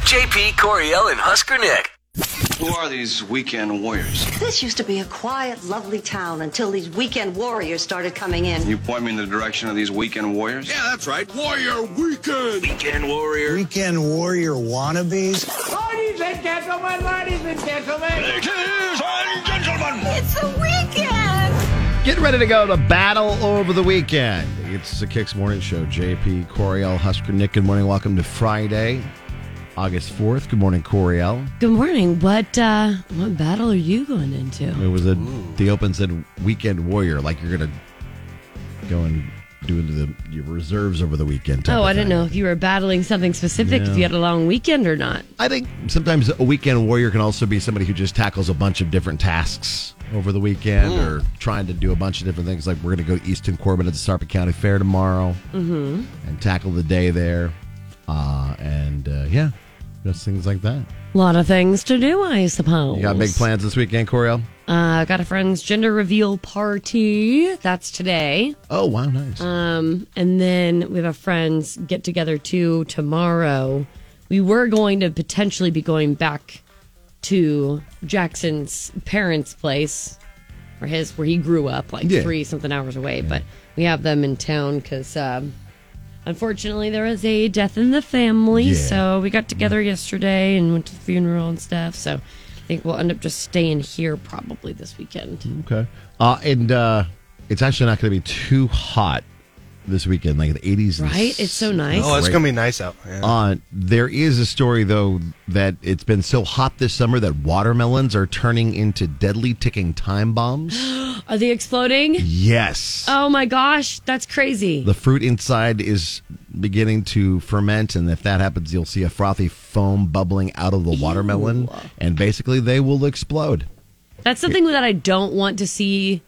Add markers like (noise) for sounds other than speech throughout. JP Coriel and Husker Nick. Who are these weekend warriors? This used to be a quiet, lovely town until these weekend warriors started coming in. You point me in the direction of these weekend warriors? Yeah, that's right. Warrior Weekend. Weekend warrior. Weekend warrior wannabes. Ladies and gentlemen, ladies and gentlemen. Ladies and gentlemen. It's a weekend. Getting ready to go to battle over the weekend. It's the Kicks Morning Show. JP, Coriel, Husker, Nick. Good morning. Welcome to Friday, August 4th. Good morning, Coriel. Good morning. What uh, what battle are you going into? It was a, the open said weekend warrior, like you're going to go and do the your reserves over the weekend. type Oh, of I don't thing. know if you were battling something specific, if you had a long weekend or not. I think sometimes a weekend warrior can also be somebody who just tackles a bunch of different tasks over the weekend or trying to do a bunch of different things. Like we're going to go to Easton Corbin at the Sarpy County Fair tomorrow and tackle the day there. Uh, and uh, yeah, just things like that. A lot of things to do, I suppose. You got big plans this weekend, Coriel? Uh, got a friend's gender reveal party. That's today. Oh, wow, nice. Um, and then we have a friend's get together too tomorrow. We were going to potentially be going back to Jackson's parents' place or his where he grew up, like Yeah. three something hours away. But we have them in town because um, unfortunately there was a death in the family. Yeah. So we got together yesterday and went to the funeral and stuff. So I think we'll end up just staying here probably this weekend. Okay. Uh, and uh, it's actually not going to be too hot this weekend, like in the 80s. and Right? It's so nice. Oh, it's Great. gonna be nice out. Yeah. Uh, there is a story though that it's been so hot this summer that watermelons are turning into deadly ticking time (gasps) bombs. Are they exploding? yes. Oh my gosh, that's crazy. The fruit inside is beginning to ferment, and if that happens, you'll see a frothy foam bubbling out of the watermelon, and basically they will explode. That's something that I don't want to see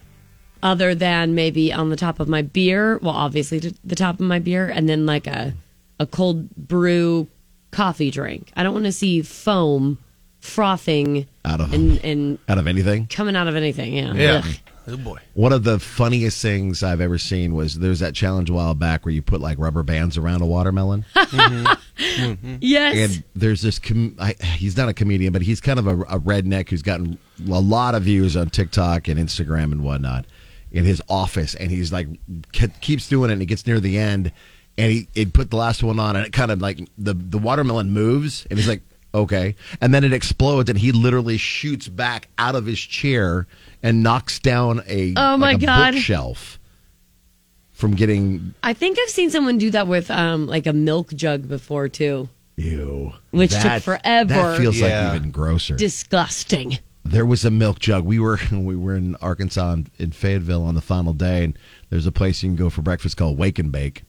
other than maybe on the top of my beer. Well, obviously to the top of my beer and then like a a cold brew coffee drink. I don't want to see foam frothing Out of- and, and Out of anything, coming out of anything. Yeah. Ugh. Oh boy. One of the funniest things I've ever seen was there's that challenge a while back where you put like rubber bands around a watermelon. Yes. and there's this com- I, he's not a comedian but he's kind of a, a redneck who's gotten a lot of views on tiktok and instagram and whatnot in his office and he's like ke- keeps doing it and it gets near the end and he it put the last one on and it kind of like the, the watermelon moves and he's like okay and then it explodes and he literally shoots back out of his chair and knocks down a Oh, like my a God. bookshelf from getting I think I've seen someone do that with um like a milk jug before too. ew Which took forever. that feels Yeah. like even grosser Disgusting. there was a milk jug. We were (laughs) we were in Arkansas in, in Fayetteville on the final day, and there's a place you can go for breakfast called Wake and Bake.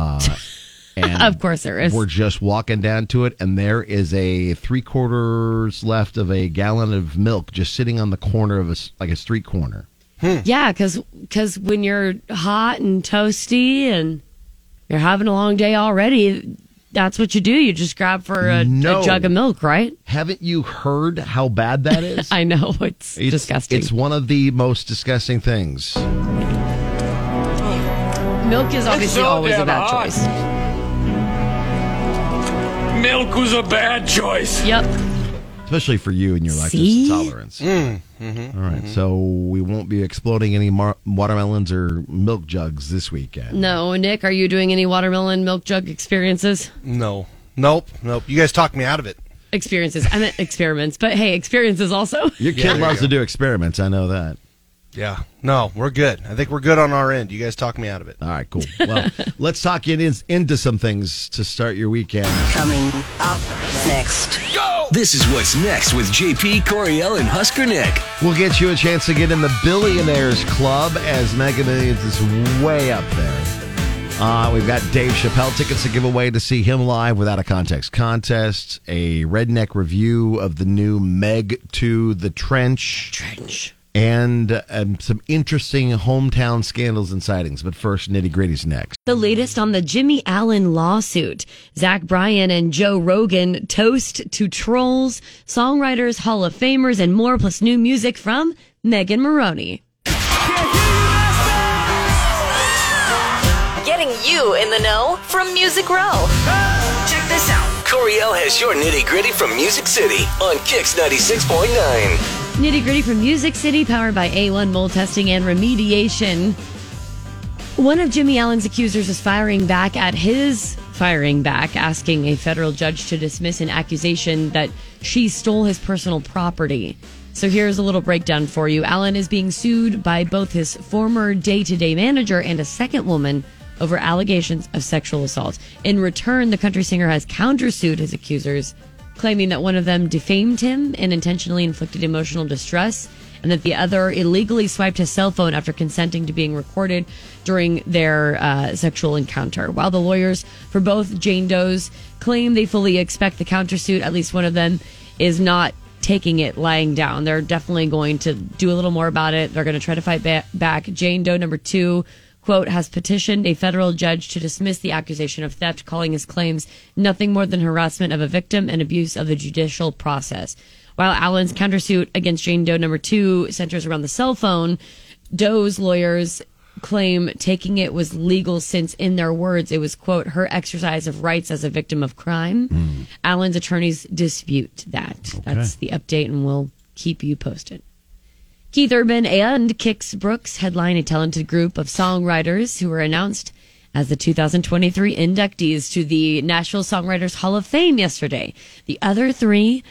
Uh, and (laughs) Of course there is. We're just walking down to it, and there is a three quarters left of a gallon of milk just sitting on the corner of a s- like a street corner. Yeah, because when you're hot and toasty and you're having a long day already, that's what you do. You just grab for a, a No. jug of milk, right? Haven't you heard how bad that (laughs) is? I know it's, It's- disgusting. It's one of the most disgusting things. milk is obviously so always damn a bad hot. choice. Milk was a bad choice. Yep. especially for you and your lactose See? intolerance. Mm, mm-hmm, All right, so we won't be exploding any mar- watermelons or milk jugs this weekend. No, Nick, are you doing any watermelon milk jug experiences? No. Nope. Nope. You guys talked me out of it. Experiences. I meant (laughs) experiments, but hey, experiences also. Your kid Yeah, there loves you to do experiments. I know that. Yeah. No, we're good. I think we're good on our end. You guys talked me out of it. All right, cool. (laughs) Well, let's talk in, into some things to start your weekend. Coming up next. This is what's next with JP Coriel and Husker Nick. We'll get you a chance to get in the Billionaires Club as Mega Millions is way up there. Uh, we've got Dave Chappelle tickets to give away to see him live without a context contest, a redneck review of the new Meg to the Trench. Trench. And um, some interesting hometown scandals and sightings. But first, nitty gritty's next. The latest on the Jimmy Allen lawsuit. Zach Bryan and Joe Rogan toast to trolls, songwriters, Hall of Famers, and more, plus new music from Megan Maroney. Getting you in the know from Music Row. Check this out. Coriel has your nitty gritty from Music City on Kix 96.9. Nitty gritty from Music City, powered by A1 mold testing and remediation. One of Jimmy Allen's accusers is firing back at his firing back, asking a federal judge to dismiss an accusation that she stole his personal property. So here's a little breakdown for you. Allen is being sued by both his former day to day manager and a second woman over allegations of sexual assault. In return, the country singer has countersued his accusers claiming that one of them defamed him and intentionally inflicted emotional distress, and that the other illegally swiped his cell phone after consenting to being recorded during their uh, sexual encounter. While the lawyers for both Jane Does claim they fully expect the countersuit, at least one of them is not taking it lying down. They're definitely going to do a little more about it. They're going to try to fight ba- back. Jane Doe number two quote, has petitioned a federal judge to dismiss the accusation of theft, calling his claims nothing more than harassment of a victim and abuse of the judicial process. While Allen's countersuit against Jane Doe number two centers around the cell phone, Doe's lawyers claim taking it was legal since in their words it was quote her exercise of rights as a victim of crime allen's attorneys dispute that that's the update and we'll keep you posted Keith Urban and Kix Brooks headline a talented group of songwriters who were announced as the 2023 inductees to the Nashville Songwriters Hall of Fame yesterday. The other three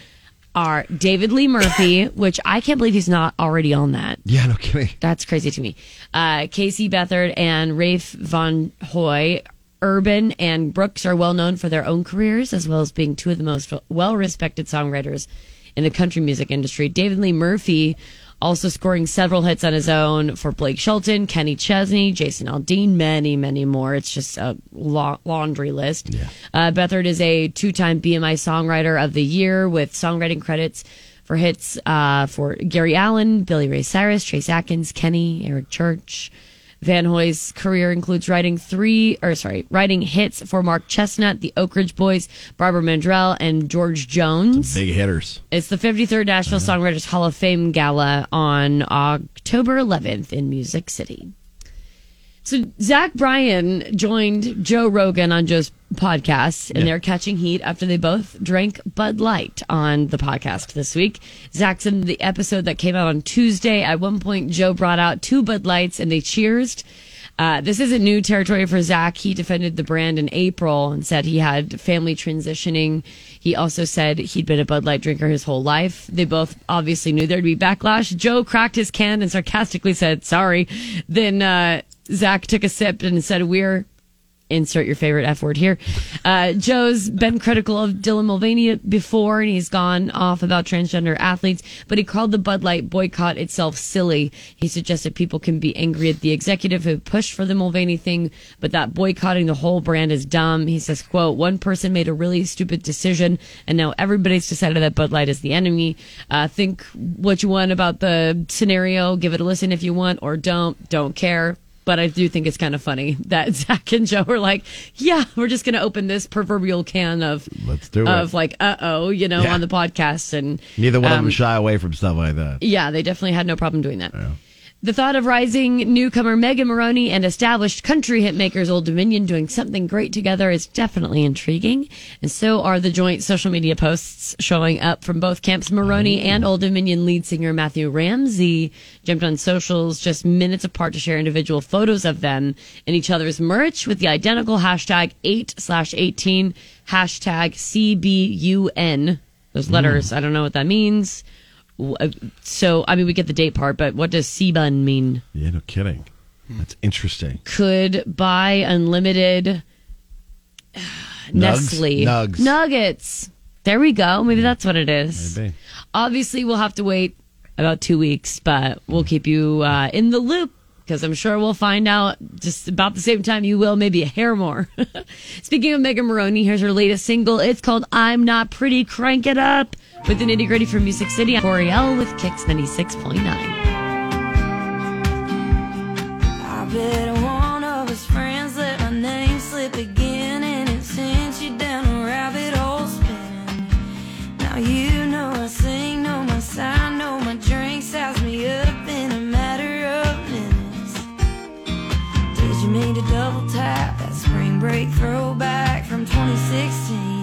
are David Lee Murphy, which I can't believe he's not already on that. (laughs) Yeah, no kidding. That's crazy to me. Uh, Casey Bethard and Rafe Von Hoy. Urban and Brooks are well known for their own careers, as well as being two of the most well respected songwriters in the country music industry. David Lee Murphy also scoring several hits on his own for Blake Shelton, Kenny Chesney, Jason Aldean, many, many more. It's just a la- laundry list. Uh, Bethard is a two time BMI Songwriter of the Year with songwriting credits for hits uh, for Gary Allen, Billy Ray Cyrus, Trace Atkins, Kenny, Eric Church. Van Hoy's career includes writing three, or sorry, writing hits for Mark Chestnut, the Oak Ridge Boys, Barbara Mandrell, and George Jones. Big hitters. It's the 53rd Nashville Songwriters Hall of Fame Gala on October 11th in Music City. So Zach Bryan joined Joe Rogan on Joe's podcast, and they're catching heat after they both drank Bud Light on the podcast this week. Zach's in the episode that came out on Tuesday. At one point, Joe brought out two Bud Lights, and they cheersed. Uh, this isn't new territory for Zach. He defended the brand in April and said he had family transitioning. He also said he'd been a Bud Light drinker his whole life. They both obviously knew there'd be backlash. Joe cracked his can and sarcastically said, sorry. Then, uh, Zach took a sip and said, we're insert your favorite F word here. Uh, Joe's been critical of Dylan Mulvaney before, and he's gone off about transgender athletes, but he called the Bud Light boycott itself silly. He suggested people can be angry at the executive who pushed for the Mulvaney thing, but that boycotting the whole brand is dumb. He says, quote, one person made a really stupid decision, and now everybody's decided that Bud Light is the enemy. Uh, think what you want about the scenario, give it a listen if you want, or don't, don't care but I do think it's kind of funny that (laughs) Zach and Joe are like, "Yeah, we're just going to open this proverbial can of Let's do it. of like, uh oh, you know, Yeah. on the podcast." And Neither one of um, them shy away from stuff like that. yeah, they definitely had no problem doing that. The thought of rising newcomer Megan Maroney and established country hitmakers Old Dominion doing something great together is definitely intriguing. And so are the joint social media posts showing up from both camps. Maroney and Old Dominion lead singer Matthew Ramsey jumped on socials just minutes apart to share individual photos of them and each other's merch with the identical hashtag 8 slash 18 hashtag CBUN. Those letters, I don't know what that means. W- uh, So, I mean, we get the date part, but what does C-Bun mean? Yeah, no kidding. That's interesting. Could buy unlimited (sighs) Nestle Nugs. nuggets. There we go. Maybe that's what it is. Maybe. Obviously, we'll have to wait about two weeks, but we'll keep you uh, in the loop because I'm sure we'll find out just about the same time you will, maybe a hair more. (laughs) Speaking of Megan Maroney, here's her latest single. It's called I'm Not Pretty. Crank it up with the nitty gritty from Music City. I'm Coriel with Kicks 96.9. I bet one of his friends let my name slip again, and it sent you down a rabbit hole spinning. Now you know I sing, know my sign, know my drink size me up in a matter of minutes. Did you mean to double tap that spring break throwback from 2016?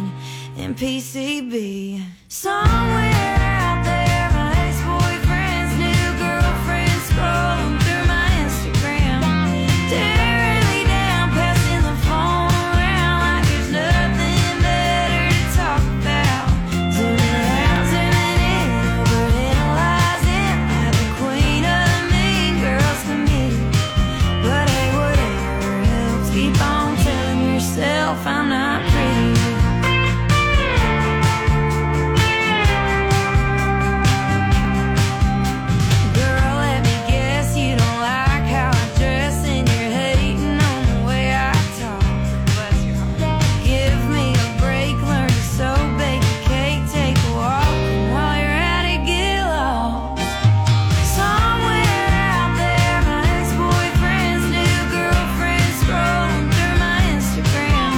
And PCB. Somewhere out there, my ex-boyfriend's new girlfriend scrolling through my Instagram, tearing me down, passing the phone around like there's nothing better to talk about. Zooming out, zooming in, overanalyzing like the queen of mean girls committee. But hey, whatever helps. Keep on telling yourself I'm not pretty. Girl, let me guess you don't like how I dress and you're hating on the way I talk. Give me a break, learn to sew, bake a cake, take a walk, and while you're at it, get lost. Somewhere out there, my ex-boyfriend's new girlfriend scrolling through my Instagram,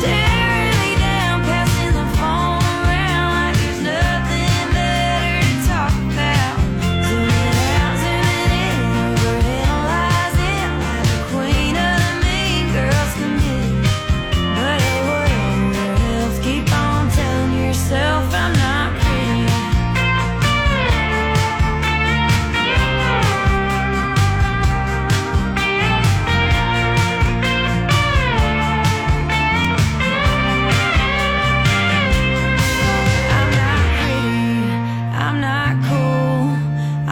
tearing me down, passing the phone around like there's nothing better to talk about. Zooming out, zooming in, overanalyzing like the queen of the mean girls committee. But hey, whatever else, keep on telling yourself I'm not pretty. I'm not pretty, I'm not cool.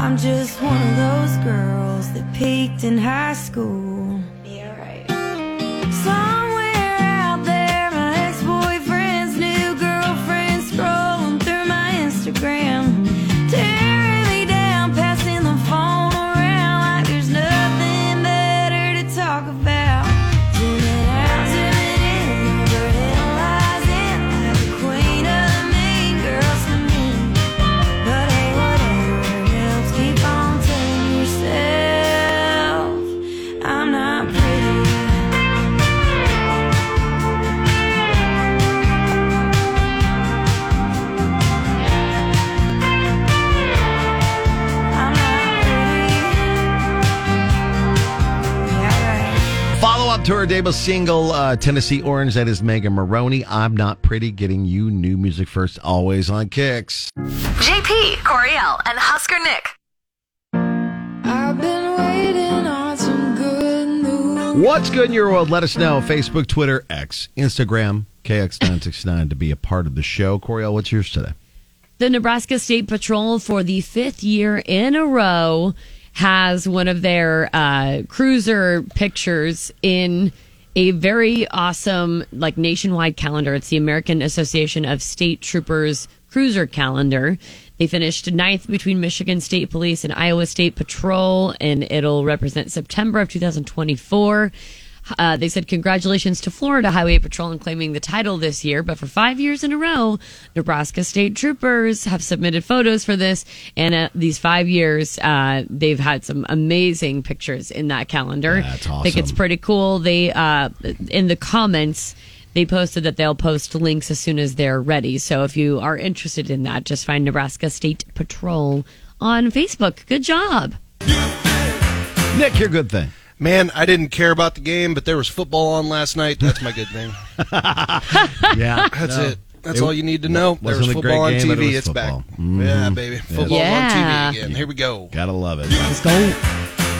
I'm just one of those girls that peaked in high school. Yeah, right. Somewhere out there, my ex boyfriend's new girlfriend scrolling through my Instagram. Tearing me down, passing the phone around like there's nothing better to talk about. Zooming out, zooming in, overanalyzing like the queen of the mean girls to me. But hey, whatever helps, keep on telling yourself I'm not pretty. I'm not pretty. Yeah, right. Follow up to her debut single, uh, Tennessee Orange. That is Megan Maroney. I'm not pretty. Getting you new music first, always on Kicks. JP, Coriel, and Husker Nick. I've been waiting on some good news. What's good in your world? Let us know. Facebook, Twitter, X, Instagram, KX969 to be a part of the show. Coriel, what's yours today? The Nebraska State Patrol, for the fifth year in a row, has one of their uh, cruiser pictures in a very awesome, like nationwide calendar. It's the American Association of State Troopers Cruiser Calendar. They finished ninth between Michigan State Police and Iowa State Patrol, and it'll represent September of 2024. Uh, they said congratulations to Florida Highway Patrol in claiming the title this year, but for five years in a row, Nebraska State Troopers have submitted photos for this, and uh, these five years, uh, they've had some amazing pictures in that calendar. That's I think it's awesome. pretty cool. They uh, in the comments. They posted that they'll post links as soon as they're ready. So if you are interested in that, just find Nebraska State Patrol on Facebook. Good job. Nick, your good thing. Man, I didn't care about the game, but there was football on last night. That's my good thing. (laughs) Yeah. That's No. it. That's all you need to know. There wasn't was a great football on game, but it TV. was It's football. Mm-hmm. back. Yeah, baby. Football's Yeah. on TV again. Here we go. Gotta love it. Let's go.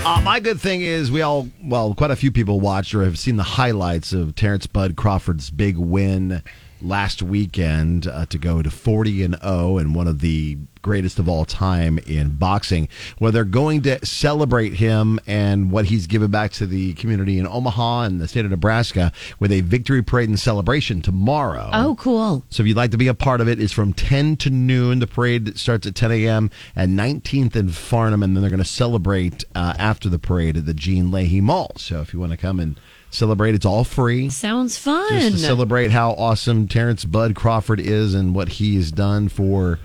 Uh, my good thing is we all, well, quite a few people watched or have seen the highlights of Terrence Bud Crawford's big win last weekend uh, to go to 40 and 0 and one of the greatest of all time in boxing, where they're going to celebrate him and what he's given back to the community in Omaha and the state of Nebraska with a victory parade and celebration tomorrow. Oh, cool. So if you'd like to be a part of it, it's from 10 to noon. The parade starts at 10 a.m. at 19th and Farnham, and then they're going to celebrate uh, after the parade at the Gene Leahy Mall. So if you want to come and celebrate, it's all free. Sounds fun. Just to celebrate how awesome Terrence Bud Crawford is and what he has done for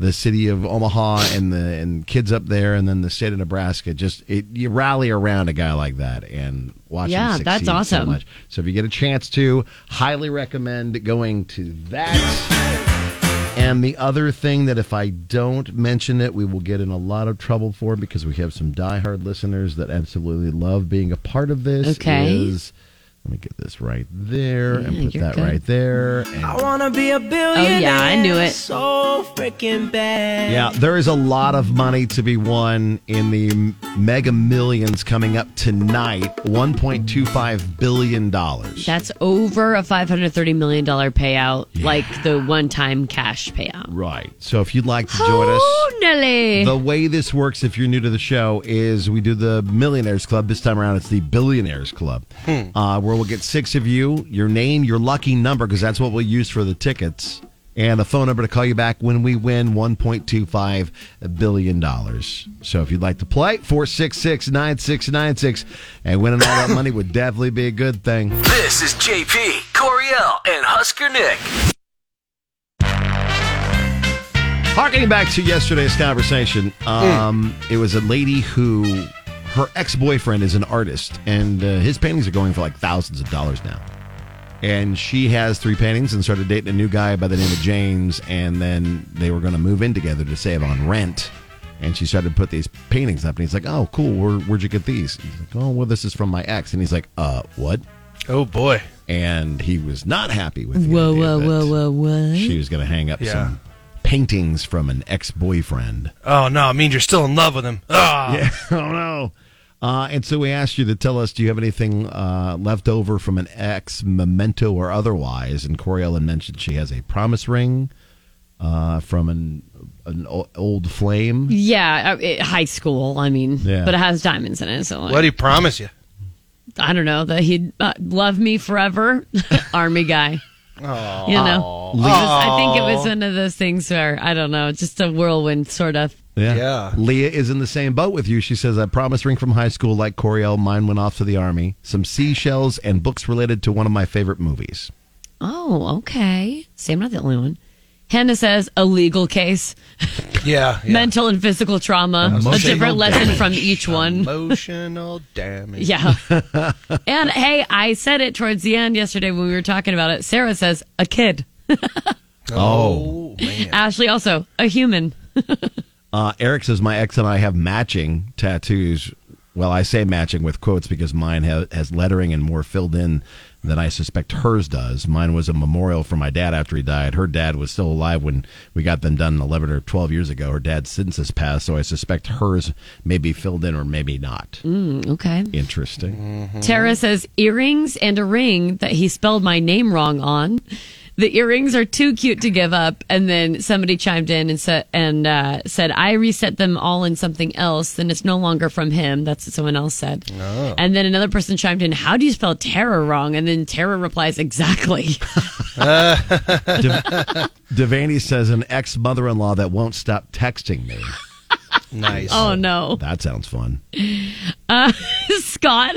the city of Omaha and the and kids up there, and then the state of Nebraska. Just it, you rally around a guy like that and watch. Yeah, him that's succeed so awesome. much. So if you get a chance to, highly recommend going to that. And the other thing that if I don't mention it, we will get in a lot of trouble for because we have some diehard listeners that absolutely love being a part of this. Okay. Is Let me get this right there and Yeah, put you're that good. right there. And I wanna be a billionaire. I knew it. So freaking bad. Yeah, there is a lot of money to be won in the m- mega millions coming up tonight $1.25 billion. That's over a $530 million payout, like the one time cash payout. Oh, Right. So if you'd like to join us, Totally. the way this works, if you're new to the show, is we do the Millionaires Club. This time around, it's the Billionaires Club, uh, where we'll get six of you, your name, your lucky number, because that's what we'll use for the tickets, and a phone number to call you back when we win $1.25 billion. So if you'd like to play, 466 9696, and winning all that money would definitely be a good thing. This is JP, Coriel, and Husker Nick. Harkening back to yesterday's conversation, Mm. um, it was a lady who her ex boyfriend is an artist, and uh, his paintings are going for like thousands of dollars now. And she has three paintings and started dating a new guy by the name of James, and then they were going to move in together to save on rent. And she started to put these paintings up, and he's like, "Oh, cool. Where, where'd you get these?" And he's like, "Oh, well, this is from my ex." And he's like, "Uh, what?" Oh boy. And he was not happy with the Whoa, idea whoa, that whoa, whoa, whoa. she was going to hang up Hmm? Yeah. some paintings from an ex-boyfriend. Oh no, it means you're still in love with him. Ah. Yeah. (laughs) Oh no. Uh, and so we asked you to tell us: Do you have anything uh, left over from an ex, memento or otherwise? And Corey Ellen mentioned she has a promise ring uh, from an an o- old flame. Yeah, uh, it, high school. I mean, Yeah. but it has diamonds in it. So like, What do you promise you? I don't know that he'd uh, love me forever. (laughs) Army guy. You know, It was- I think it was one of those things where I don't know, just a whirlwind sort of. Yeah. Yeah. Leah is in the same boat with you. She says, "A promise ring from high school, like Coriel. Mine went off to the army. Some seashells and books related to one of my favorite movies." Oh, okay. See, I'm not the only one. Hannah says a legal case, Yeah. yeah. mental and physical trauma, a Emotional different lesson damage. from each one. Emotional damage. Yeah. (laughs) and hey, I said it towards the end yesterday when we were talking about it. Sarah says a kid. Oh, man. Ashley also a human. Uh, Eric says my ex and I have matching tattoos. Well, I say matching with quotes because mine ha- has lettering and more filled in than I suspect hers does. Mine was a memorial for my dad after he died. Her dad was still alive when we got them done 11 or 12 years ago. Her dad since has passed, so I suspect hers may be filled in or maybe not. Okay. Interesting. Tara says earrings and a ring that he spelled my name wrong on. The earrings are too cute to give up. And then somebody chimed in and said, and uh, said, I reset them all in something else. Then it's no longer from him. That's what someone else said. And then another person chimed in, how do you spell Tara wrong? And then Tara replies, exactly. Devaney says an ex mother in law that won't stop texting me. Nice. oh no. (laughs) That sounds fun. Scott,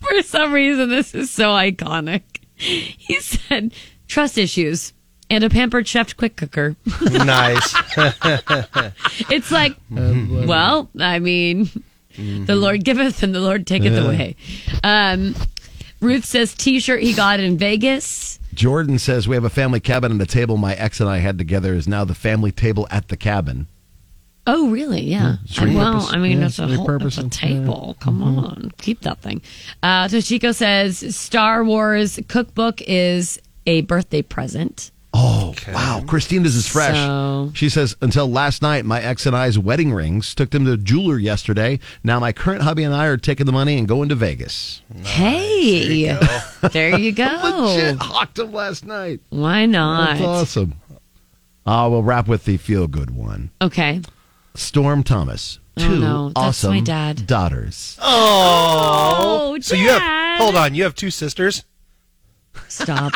for some reason, this is so iconic. He said, trust issues and a pampered chef quick cooker. nice. It's like, well, I mean, the Lord giveth and the Lord taketh away. Um, Ruth says T-shirt he got in Vegas. Jordan says we have a family cabin and a table my ex and I had together is now the family table at the cabin. Oh, really? Yeah. it's well, repurposed. I mean, Yeah, it's a it's whole it's a repurposed. table. Come on, keep that thing. Uh, Toshiko says Star Wars cookbook is a birthday present. Oh, wow. Christina's is fresh. So- She says, until last night, my ex and I's wedding rings took them to a jeweler yesterday. Now my current hubby and I are taking the money and going to Vegas. Hey, there you go. (laughs) Legit hawked them last night. Why That's not? awesome. Uh, we'll wrap with the feel good one. Okay. Storm Thomas. Oh, Two no. That's awesome my dad. daughters. Oh, So you have hold on, you have two sisters? Stop.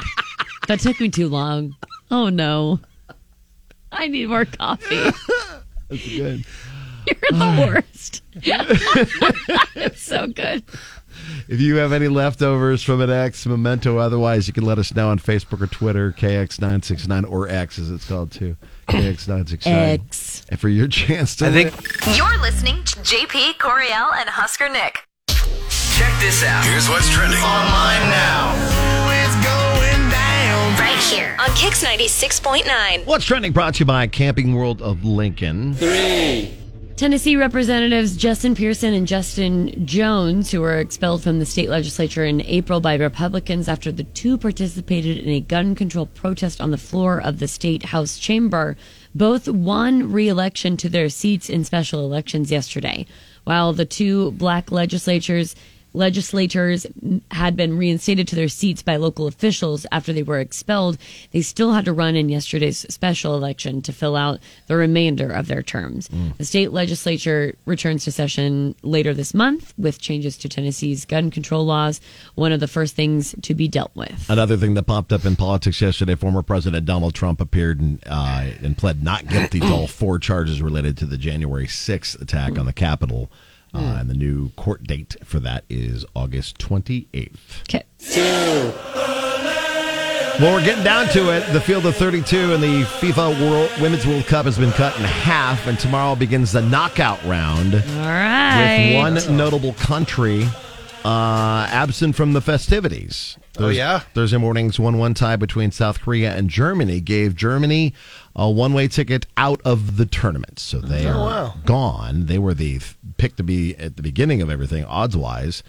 that took me too long. Oh no. I need more coffee. (laughs) That's good. You're the worst. (laughs) it's so good. If you have any leftovers from an ex, memento, otherwise, you can let us know on Facebook or Twitter, KX969 or X, as it's called too. KX969. X. And for your chance to I think You're listening to JP, Coriel, and Husker Nick. Check this out. Here's what's trending online now. Right here on Kix 96.9. What's Trending brought to you by Camping World of Lincoln. Three, Tennessee Representatives Justin Pearson and Justin Jones, who were expelled from the state legislature in April by Republicans after the two participated in a gun control protest on the floor of the state House chamber, both won re election to their seats in special elections yesterday. While the two black legislatures legislators had been reinstated to their seats by local officials after they were expelled, they still had to run in yesterday's special election to fill out the remainder of their terms. The state legislature returns to session later this month with changes to Tennessee's gun control laws, one of the first things to be dealt with. Another thing that popped up in politics yesterday: former President Donald Trump appeared and uh, and pled not guilty to all four charges related to the January 6th attack on the Capitol, Hmm. uh, and the new court date for that is August 28th. Okay. Well, we're getting down to it. The field of 32 in the FIFA World Women's World Cup has been cut in half, and tomorrow begins the knockout round. All right. With one notable country uh, absent from the festivities. Oh, yeah? Thursday morning's 1 1 tie between South Korea and Germany gave Germany a one way ticket out of the tournament. So they Oh, are wow. gone. They were the th- pick to be at the beginning of everything, odds wise,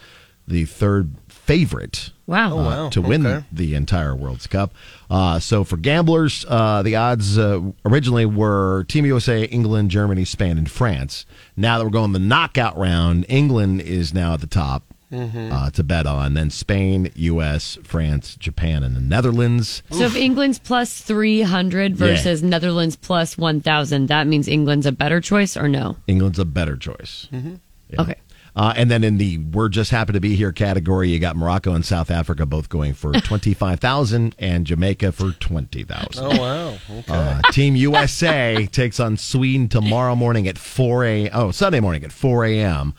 the third favorite Wow. uh, to win Okay. the entire World's Cup. Uh, so for gamblers, uh, the odds uh, originally were Team USA, England, Germany, Spain, and France. Now that we're going the knockout round, England is now at the top Mm-hmm. uh, to bet on. Then Spain, U.S., France, Japan, and the Netherlands. So if England's plus 300 versus Netherlands plus 1,000, that means England's a better choice or no? England's a better choice. Mm-hmm. Yeah. Okay. Uh, and then in the "We're just happy to be here" category, you got Morocco and South Africa both (laughs) going for twenty five thousand, and Jamaica for twenty thousand. Oh, wow. Okay. Uh, (laughs) Team USA takes on Sweden tomorrow morning at 4 a.m. Oh, Sunday morning at 4 a.m.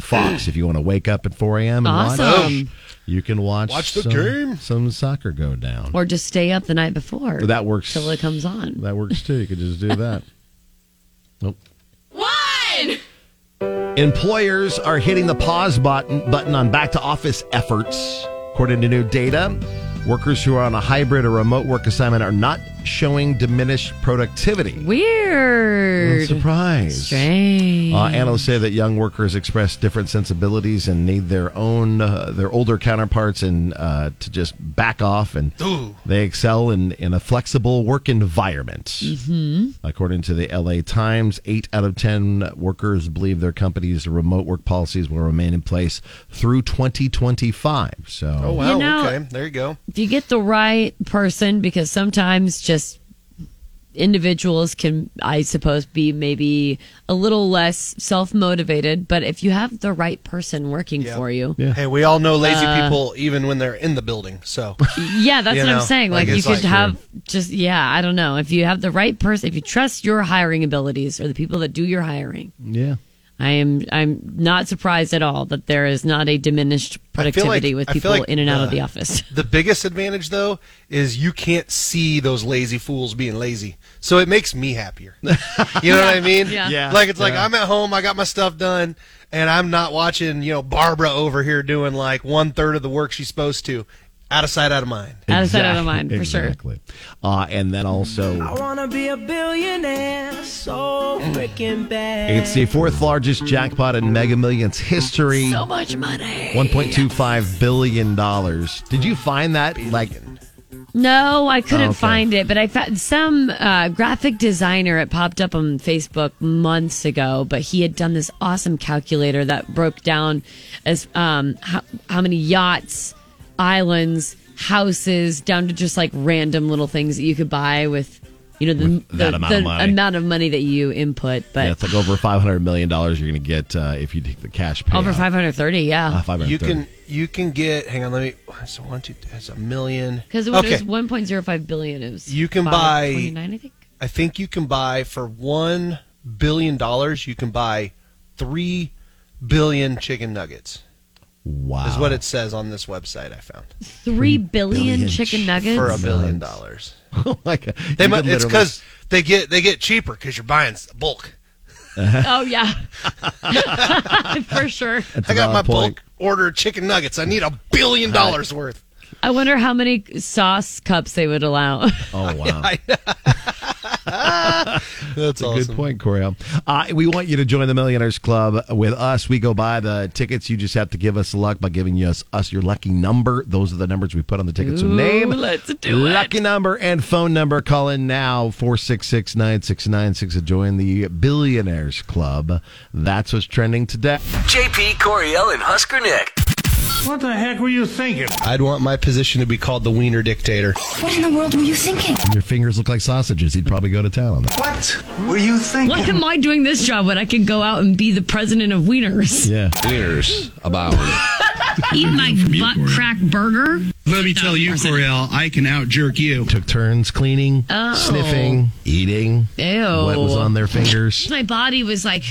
(gasps) Fox. if you want to wake up at 4 a.m. and Awesome. watch, you can watch, Watch the some, game. some soccer go down. Or just stay up the night before that works. till it comes on. That works too. You could just do that. nope. One. Employers are hitting the pause button button on back to office efforts, according to new data. Workers who are on a hybrid or remote work assignment are not showing diminished productivity. Weird. Surprise. Strange. Uh, analysts say that young workers express different sensibilities and need their own, uh, their older counterparts, and uh, to just back off. And they excel in, in a flexible work environment. Mm-hmm. According to the LA Times, eight out of 10 workers believe their company's remote work policies will remain in place through 2025. So, Oh, wow. know- okay. There you go. if you get the right person, because sometimes just individuals can, I suppose, be maybe a little less self motivated, but if you have the right person working Yeah. for you, Yeah. Hey, we all know lazy Uh, people even when they're in the building. So, Yeah, that's You what know, I'm saying. like, Like, you it's could like- have just yeah, I don't know. If you have the right person, if you trust your hiring abilities or the people that do your hiring, yeah. I am I'm not surprised at all that there is not a diminished productivity with I feel people like, in and out of uh, the office. (laughs) the biggest advantage though is you can't see those lazy fools being lazy. So it makes me happier. You know what I mean? (laughs) Yeah. (laughs) Yeah. Like it's like Yeah. I'm at home, I got my stuff done, and I'm not watching, you know, Barbara over here doing like one third of the work she's supposed to. Out of sight, out of mind. Out of sight, out of mind, for sure. Exactly. Uh, and then I also, wanna be a billionaire so freaking bad. it's the fourth largest jackpot in Mega Millions history. So much money. One point two five billion dollars. Did you find that like? No, I couldn't Oh, okay. find it, but I found some uh, graphic designer. It popped up on Facebook months ago, but he had done this awesome calculator that broke down as um, how, how many yachts, islands, houses, down to just like random little things that you could buy with, you know, the, With that the- amount the of money. amount of money that you input. But Yeah, it's like over five hundred million dollars you're going to get uh, if you take the cash payout. over five hundred thirty, Uh, yeah, five hundred. You can you can get hang on, let me so one, two that's a Uh, million. because when it was one point zero five billion, it was You can buy- 29, I think. I think you can buy for one billion dollars. You can buy three billion chicken nuggets. (laughs) Wow. (laughs) Is what it says on this website I found Three billion, Oh. billion chicken ch- nuggets for a billion Nuts. (laughs) dollars. like They you mu- can it's literally- because they get they get cheaper because you're buying s- bulk. Oh yeah, (laughs) for sure. That's I a got my valid point. bulk order of chicken nuggets. I need a billion dollars worth. I wonder how many (laughs) (laughs) Oh, sauce cups they would allow. Oh wow. That's a awesome. good point, Coriel. Uh, we want you to join the Millionaires Club with us. We go buy the tickets. You just have to give us luck by giving us us your lucky number. Those are the numbers we put on the tickets. so Ooh, name, let's do it. lucky number and phone number. Call in now 466-969-6 to join the Billionaires Club. That's what's trending today. JP Coriel and Husker Nick. What the heck were you thinking? I'd want my position to be called the wiener dictator. What in the world were you thinking? Your fingers look like sausages. He'd probably go to town on that. What were you thinking? What am I doing this job when I could go out and be the president of Wieners? Yeah. Wieners about. (laughs) Eat my butt crack burger? Let me tell you, Coriel, I can out jerk you. Took turns cleaning, Oh. sniffing, eating. Ew. What was on their fingers? My body was like,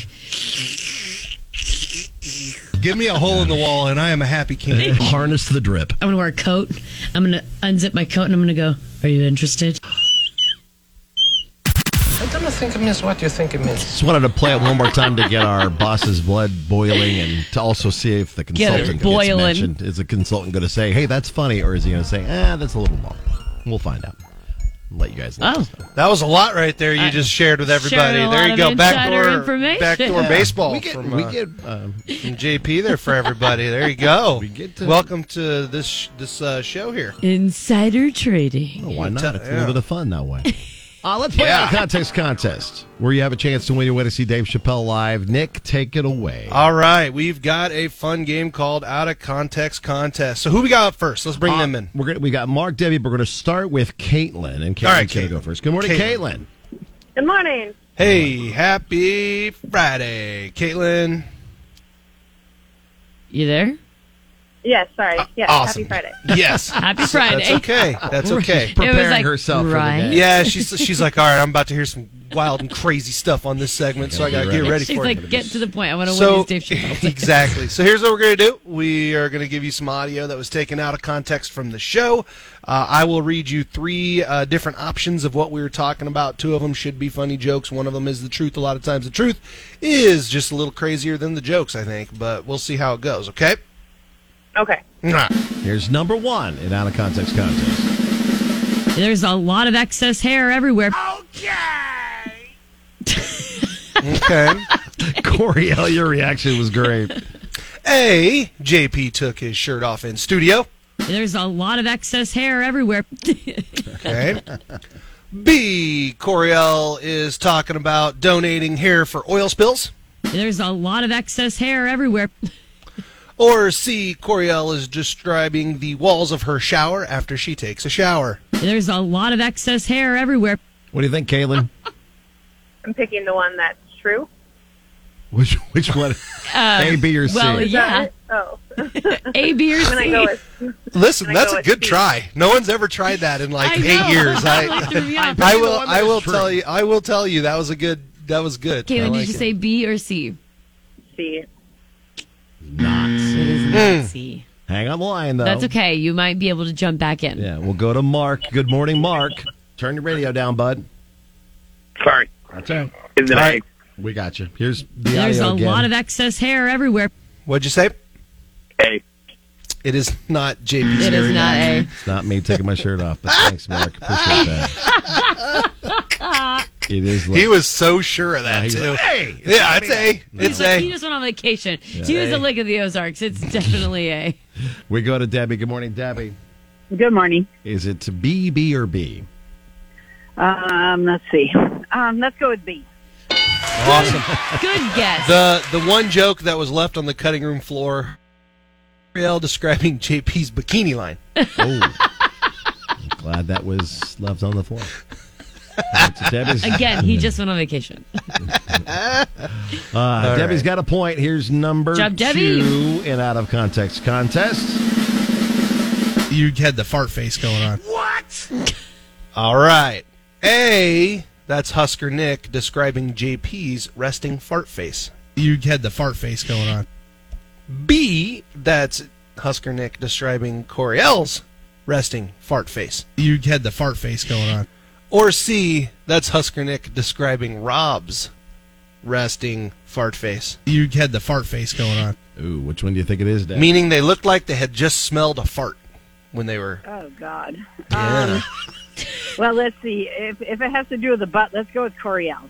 Give me a (laughs) hole in the wall, and I am a happy king. (laughs) Harness the drip. I'm gonna wear a coat. I'm gonna unzip my coat and I'm gonna go, Are you interested? I don't think it means what you think it means. Just wanted to play it one more time to get our boss's blood boiling and to also see if the Get it consultant gets boiling. mentioned. Is the consultant going to say, hey, that's funny, or is he going to say, ah, that's a little long? We'll find out. Let you guys Oh. know. That was a lot right there you I- just shared with everybody. shared Oh. a there lot you of go. insider Backdoor, information. backdoor Yeah. baseball We get- from, we uh, get, from JP there for everybody. There you go. (laughs) We get to- Welcome to this sh- this uh, show here. Insider trading. Why not? It's a Yeah. little bit of fun that (laughs) way. Uh, let's play Yeah. our contest contest where you have a chance to win your way to see Dave Chappelle live. Nick, take it away. All right, we've got a fun game called Out of Context Contest. So who we got up first? Let's bring Uh, them in. We're gonna, we got Mark Debbie. We're going to start with Caitlin, and Caitlin's All right, going to go Caitlin. first. Good morning, Caitlin. Caitlin. Good morning. Hey, happy Friday, Caitlin. You there? Yes, sorry. Yes, awesome. happy Friday. Yes. Happy So Friday. That's okay. That's okay. (laughs) It was Preparing like, herself for the right? day. Yeah, she's she's like, all right, I'm about to hear some wild and crazy stuff on this segment, so I gotta get ready (laughs) She's for like, it. Get to the point. I want to So- win these (laughs) Dave Chappelle. exactly. So here's what we're going to do. We are going to give you some audio that was taken out of context from the show. Uh, I will read you three uh, different options of what we were talking about. Two of them should be funny jokes. One of them is the truth. A lot of times the truth is just a little crazier than the jokes, I think. But we'll see how it goes. Okay. Okay. Here's number one in out of context contest. (laughs) There's a lot of excess hair everywhere. Okay. Coriel, your reaction was great. (laughs) A. JP took his shirt off in studio. There's a lot of excess hair everywhere. (laughs) Okay. B. Coriel is talking about donating hair for oil spills. There's a lot of excess hair everywhere. (laughs) Or C. Coriel is describing the walls of her shower after she takes a shower. There's a lot of excess hair everywhere. What do you think, Caitlin? (laughs) I'm picking the one that's true. Which which one? A, B, or C? Um, well, Is yeah. that it? Oh. (laughs) A, B, or (laughs) I'm gonna C. go with Listen, Can I that's go a with good C? try. No one's ever tried that in like I know. eight (laughs) years. I, Like, threw me off. I will. I will tell you. I will tell you. That was a good. That was good. I Caitlin, like did you it. say B or C? C. It is Hmm. not C. Hang on the line though. That's okay. You might be able to jump back in. Yeah, we'll go to Mark. Good morning, Mark. Turn your radio down, bud. Sorry. That's it. Isn't it right. We got you. Here's the There's audio a again. lot of excess hair everywhere. What'd you say? A. It is not JP's. It is area. not A. It's not me taking my shirt off, but thanks, Mark. Appreciate that. It is. He was so sure of that Yeah, he too. was- Hey, it's yeah, gotta it's be A. It's He's like, he A. just went on vacation. Yeah. She was A. a lick of the Ozarks. It's definitely A. We go to Debbie. Good morning, Debbie. Good morning. Is it B, B, or B? Um, let's see. Um, let's go with B. Awesome. (laughs) Good guess. The the one joke that was left on the cutting room floor, Ariel describing JP's bikini line. Oh, I'm glad that was left on the floor. Back to Debbie's. Again, he just went on vacation. Uh, All Debbie's right. got a point. Here's number Job, Debbie. two in out of context contest. You had the fart face going on. What? All right. A. That's Husker Nick describing JP's resting fart face. You had the fart face going on. B. That's Husker Nick describing Coriel's resting fart face. You had the fart face going on. Or C. That's Husker Nick describing Rob's resting fart face. You had the fart face going on. Ooh, which one do you think it is, Debbie? Meaning they looked like they had just smelled a fart when they were. Oh God. Um, Yeah. (laughs) Well, let's see. If if it has to do with the butt, let's go with Coriel.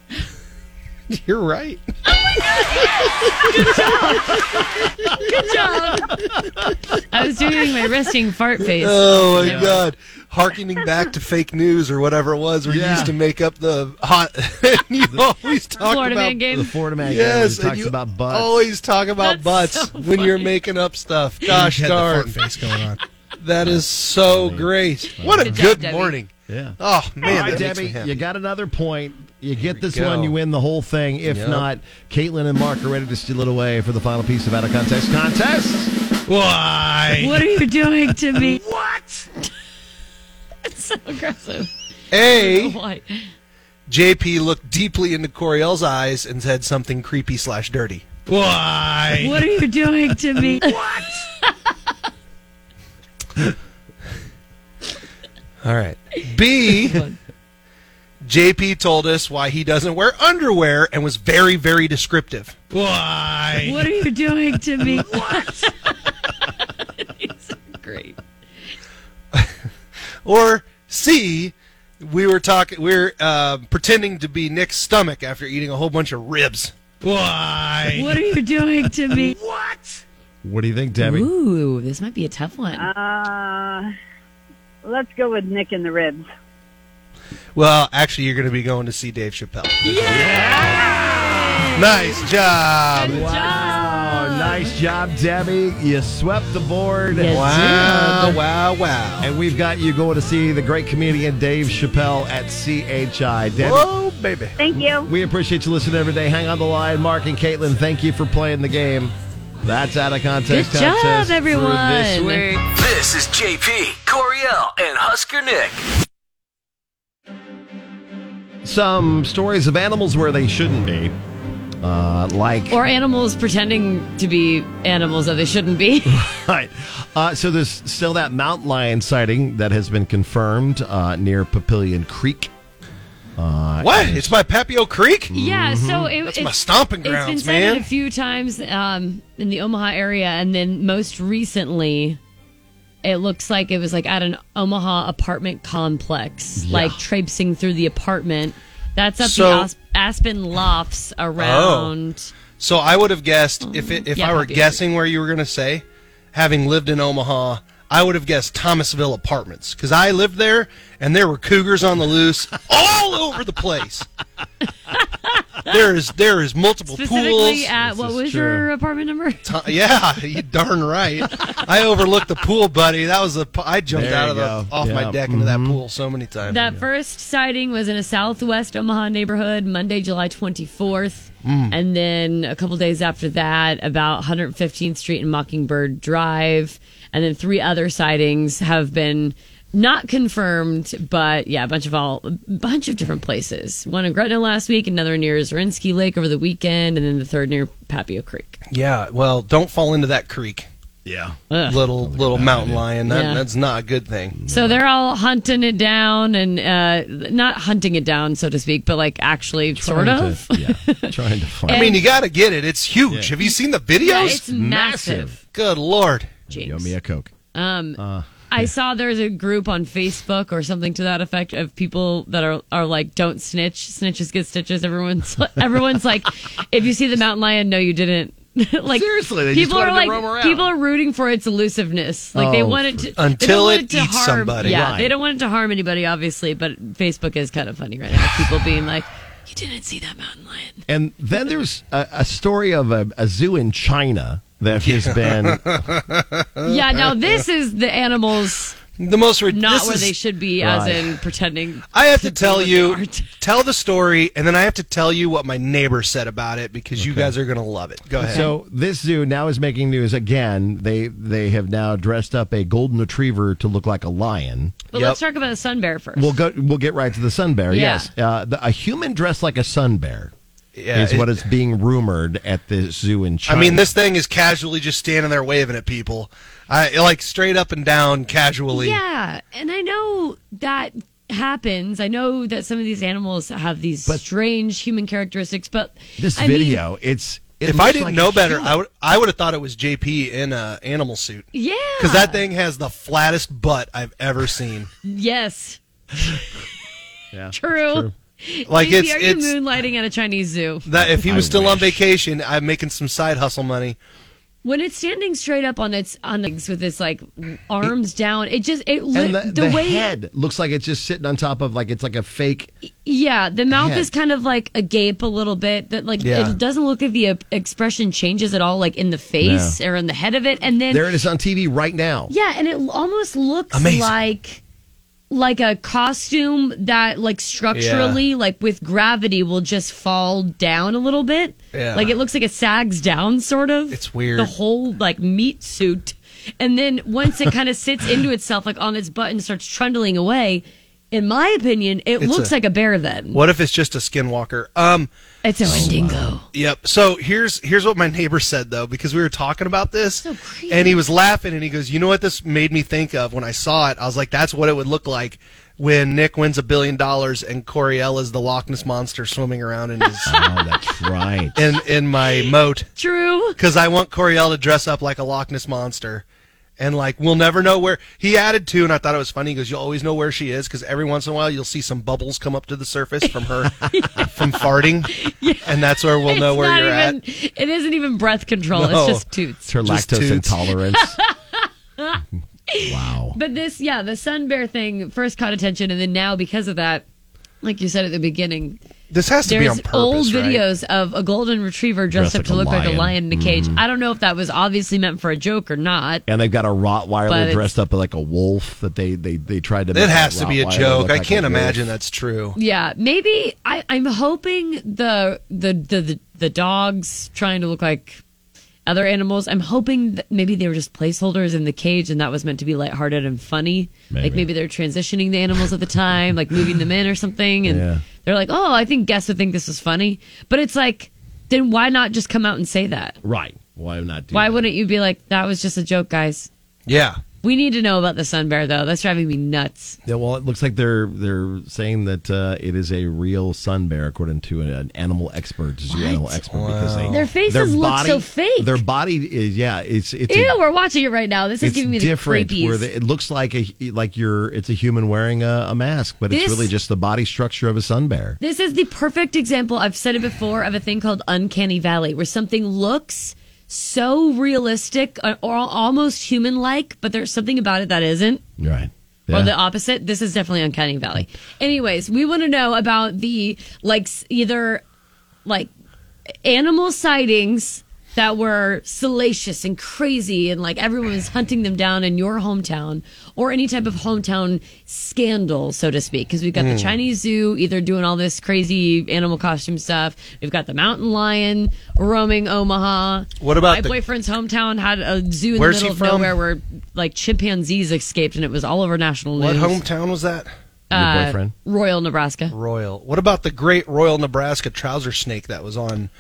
(laughs) You're right. Good job. Good job. I was doing my resting fart face. (laughs) Oh my god! Harkening back to fake news or whatever it was, we Yeah. used to make up the hot. and you always talk Florida about Man game? The Florida Man game where Yes, he and talks you about butts. Always talk about butts when you're making up stuff. Gosh had the darn, fart face going on. (laughs) That is so great. What a Good good, job, Debbie. morning. Yeah. Oh man, All that right, makes me Debbie, happy. you got another point. You get this go. one, you win the whole thing. If Yep. not, Caitlin and Mark are ready to steal it away for the final piece of out of context contest. Why? What are you doing to (laughs) me? (laughs) what? It's so aggressive. A. Why? JP looked deeply into Coriel's eyes and said something creepy slash dirty. Why? What are you doing to me? what? All right. B. JP told us why he doesn't wear underwear and was very, very descriptive. Why? What are you doing to (laughs) me? what? (laughs) it's great. (laughs) Or C. We were talking. We are uh, pretending to be Nick's stomach after eating a whole bunch of ribs. Why? (laughs) What are you doing to me? What? What do you think, Debbie? (laughs) Ooh, this might be a tough one. Uh, let's go with Nick and the ribs. Well, actually, you're going to be going to see Dave Chappelle. Nice job. Wow. Oh, Nice job, Debbie. You swept the board. You Wow, did. wow, wow. And we've got you going to see the great comedian Dave Chappelle at CHI. Debbie. Whoa, baby. Thank you. We appreciate you listening every day. Hang on the line, Mark and Caitlin. Thank you for playing the game. That's out of context. Good job, contest for This everyone. week. This is JP, Coriel, and Husker Nick. Some stories of animals where they shouldn't be, uh, like Or animals pretending to be animals that they shouldn't be. (laughs) (laughs) right. Uh, so there's still that mountain lion sighting that has been confirmed uh, near Papillion Creek. Uh, What? and- It's by Papio Creek? Yeah, so it, Mm-hmm. That's it's my stomping It's grounds, been cited man. a few times um, in the Omaha area, and then most recently, it looks like it was like at an Omaha apartment complex, Yeah. like traipsing through the apartment. That's up So- Oh. the Asp- Aspen Lofts around. So I would have guessed if it, if Yeah, I were Papio. guessing where you were going to say, having lived in Omaha, I would have guessed Thomasville Apartments because I lived there and there were cougars on the loose all over the place. there is there is multiple Specifically pools. at what was your apartment number? Uh, yeah, you darn right. I overlooked the pool, buddy. That was the pu- I jumped There out you of the go. off Yeah. my deck into that pool so many times. That first sighting was in a southwest Omaha neighborhood Monday, July 24th. Mm. And then a couple days after that, about 115th Street and Mockingbird Drive. And then three other sightings have been not confirmed, but yeah, a bunch of all, a bunch of different places. One in Gretna last week, another near Zarinsky Lake over the weekend, and then the third near Papio Creek. Yeah, well, don't fall into that creek. Yeah, little little mountain lion. That, Yeah. That's not a good thing. So they're all hunting it down and uh, not hunting it down, so to speak, but like actually Mm, sort Trying to- of. trying to (laughs) find. I mean, you got to get it. It's huge. Have you seen the videos? Yeah, it's massive. Good lord. Yo, me a coke. Um, Uh, I saw there's a group on Facebook or something to that effect of people that are are like, "Don't snitch, snitches get stitches." Everyone's (laughs) everyone's like, "If you see the mountain lion, no, you didn't." (laughs) like Seriously, they just people wanted are to like roam around. people are rooting for its elusiveness. Like they Oh, want for- it to they don't Until want it to eats harm, somebody. Yeah, Right. they don't want it to harm anybody, obviously. But Facebook is kind of funny right now. People being like, "You didn't see that mountain lion." And then there's a, a story of a, a zoo in China that has been. (laughs) Yeah, now this is the animals. The most rid- not this where is- they should be, Right. as in pretending. I have to tell you, (laughs) tell the story, and then I have to tell you what my neighbor said about it because you guys are going to love it. Go ahead. So this zoo now is making news again. They they have now dressed up a golden retriever to look like a lion. But let's talk about the sun bear first. We'll go. We'll get right to the sun bear. Yeah. Yes, uh, the, a human dressed like a sun bear Yeah, is what is being rumored at the zoo in China. I mean, this thing is casually just standing there waving at people, I like straight up and down, casually. Yeah, and I know that happens. I know that some of these animals have these strange human characteristics, but This I mean, video, it's it if I looks didn't like know a better, human. I would I would have thought it was JP in a animal suit. yeah, Because that thing has the flattest butt I've ever seen. yes, Yeah, true. Like JP, it's are it's you moonlighting at a Chinese zoo? that if he was still on vacation, I'm making some side hustle money. when it's standing straight up on its on its with its like arms down, it just it li- and the, the, the way head looks like it's just sitting on top of like it's like a fake. yeah the mouth head. is kind of like agape a little bit that like Yeah. it doesn't look like the uh, expression changes at all like in the face No. or in the head of it and then there it is on TV right now. yeah and it l- almost looks Amazing. like like a costume that like structurally like with gravity will just fall down a little bit Yeah. like it looks like it sags down sort of it's weird. the whole like meat suit and then once it kind of sits into itself like on its butt and starts trundling away in my opinion it It's looks a- like a bear then What if it's just a skinwalker? Um, uh, it's a wendigo Yep. So here's here's what my neighbor said though, because we were talking about this, and he was laughing, and he goes, "You know what this made me think of when I saw it? I was like, that's what it would look like when Nick wins a billion dollars and Coriel is the Loch Ness monster swimming around in his Oh, (laughs) that's right in in my moat. True. Because I want Coriel to dress up like a Loch Ness monster. And like we'll never know where he added to, and I thought it was funny. He goes, "You'll always know where she is because every once in a while you'll see some bubbles come up to the surface from (laughs) her from farting, and that's where we'll know It's where not you're at." even, It isn't even breath control. No. It's just toots. It's her Just lactose toots. intolerance. (laughs) wow. But this, yeah, the sun bear thing first caught attention, and then now because of that, like you said at the beginning, This has to be on there's purpose, old right? videos of a golden retriever dressed Dressed up to like look a like a lion. lion in a cage. Mhm. I don't know if that was obviously meant for a joke or not. and they've got a But Rottweiler it's- dressed up like a wolf that they they they tried to. It has to be a joke. I can't imagine that's true. Yeah, maybe I, I'm hoping the, the the the the dogs trying to look like other animals. I'm hoping that maybe they were just placeholders in the cage, and that was meant to be lighthearted and funny. Like Maybe. maybe they're transitioning the animals at the time, like moving them in or something, and Yeah. they're like, "Oh, I think guests would think this is funny." But it's like, then why not just come out and say that? Right? Why not? Do Why wouldn't you be like, "That was just a joke, guys"? Yeah. We need to know about the sun bear, though. That's driving me nuts. Yeah, well, it looks like they're they're saying that uh, it is a real sun bear, according to an, an animal expert, zoo animal expert, because they, Their faces look so fake. Their body is yeah, it's it's a- Ew, we're watching it right now. This is it's giving me the different. creepies. where they, it looks like a like you're it's a human wearing a, a mask, but This- it's really just the body structure of a sun bear. This is the perfect example. I've said it before of a thing called uncanny valley, where something looks so realistic uh, or almost human-like, but there's something about it that isn't. Right. Or Yeah. the opposite. This is definitely uncanny valley. Anyways, we want to know about the like s- either like animal sightings that were salacious and crazy and like everyone was hunting them down in your hometown or any type of hometown scandal so to speak because we've got Hmm. the Mm. chinese zoo either doing all this crazy animal costume stuff we've got the mountain lion roaming omaha What about my the- boyfriend's hometown had a zoo in Where's the he middle of from? nowhere where like chimpanzees escaped and it was all over national What news hometown was that? Uh, royal nebraska Royal. What about the great Royal Nebraska trouser snake that was on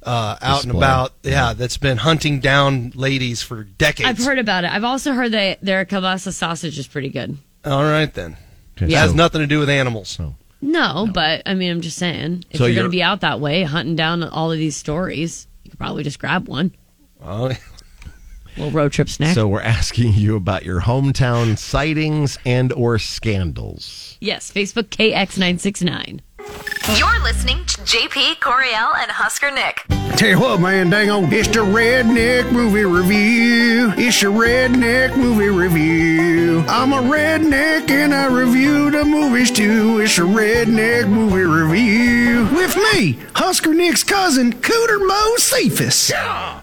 uh, out and Display. about? Yeah, that's been hunting down ladies for decades. i've heard about it i've also heard that their kielbasa sausage is pretty good All right then. Okay, It has so- nothing to do with animals. Oh. No, but I mean, I'm just saying, if So you're, going you're- to be out that way hunting down all of these stories, you could probably just grab one. Oh. Little road trip snack. So we're (laughs) asking you about your hometown sightings and or scandals. Yes, Facebook KX969. You're listening to JP, Coriel, and Husker Nick. Tell you what, man, dang on. It's the Redneck Movie Review. It's your Redneck Movie Review. I'm a redneck and I review the movies too. It's a Redneck Movie Review. With me, Husker Nick's cousin, Cooter Mo Cephas.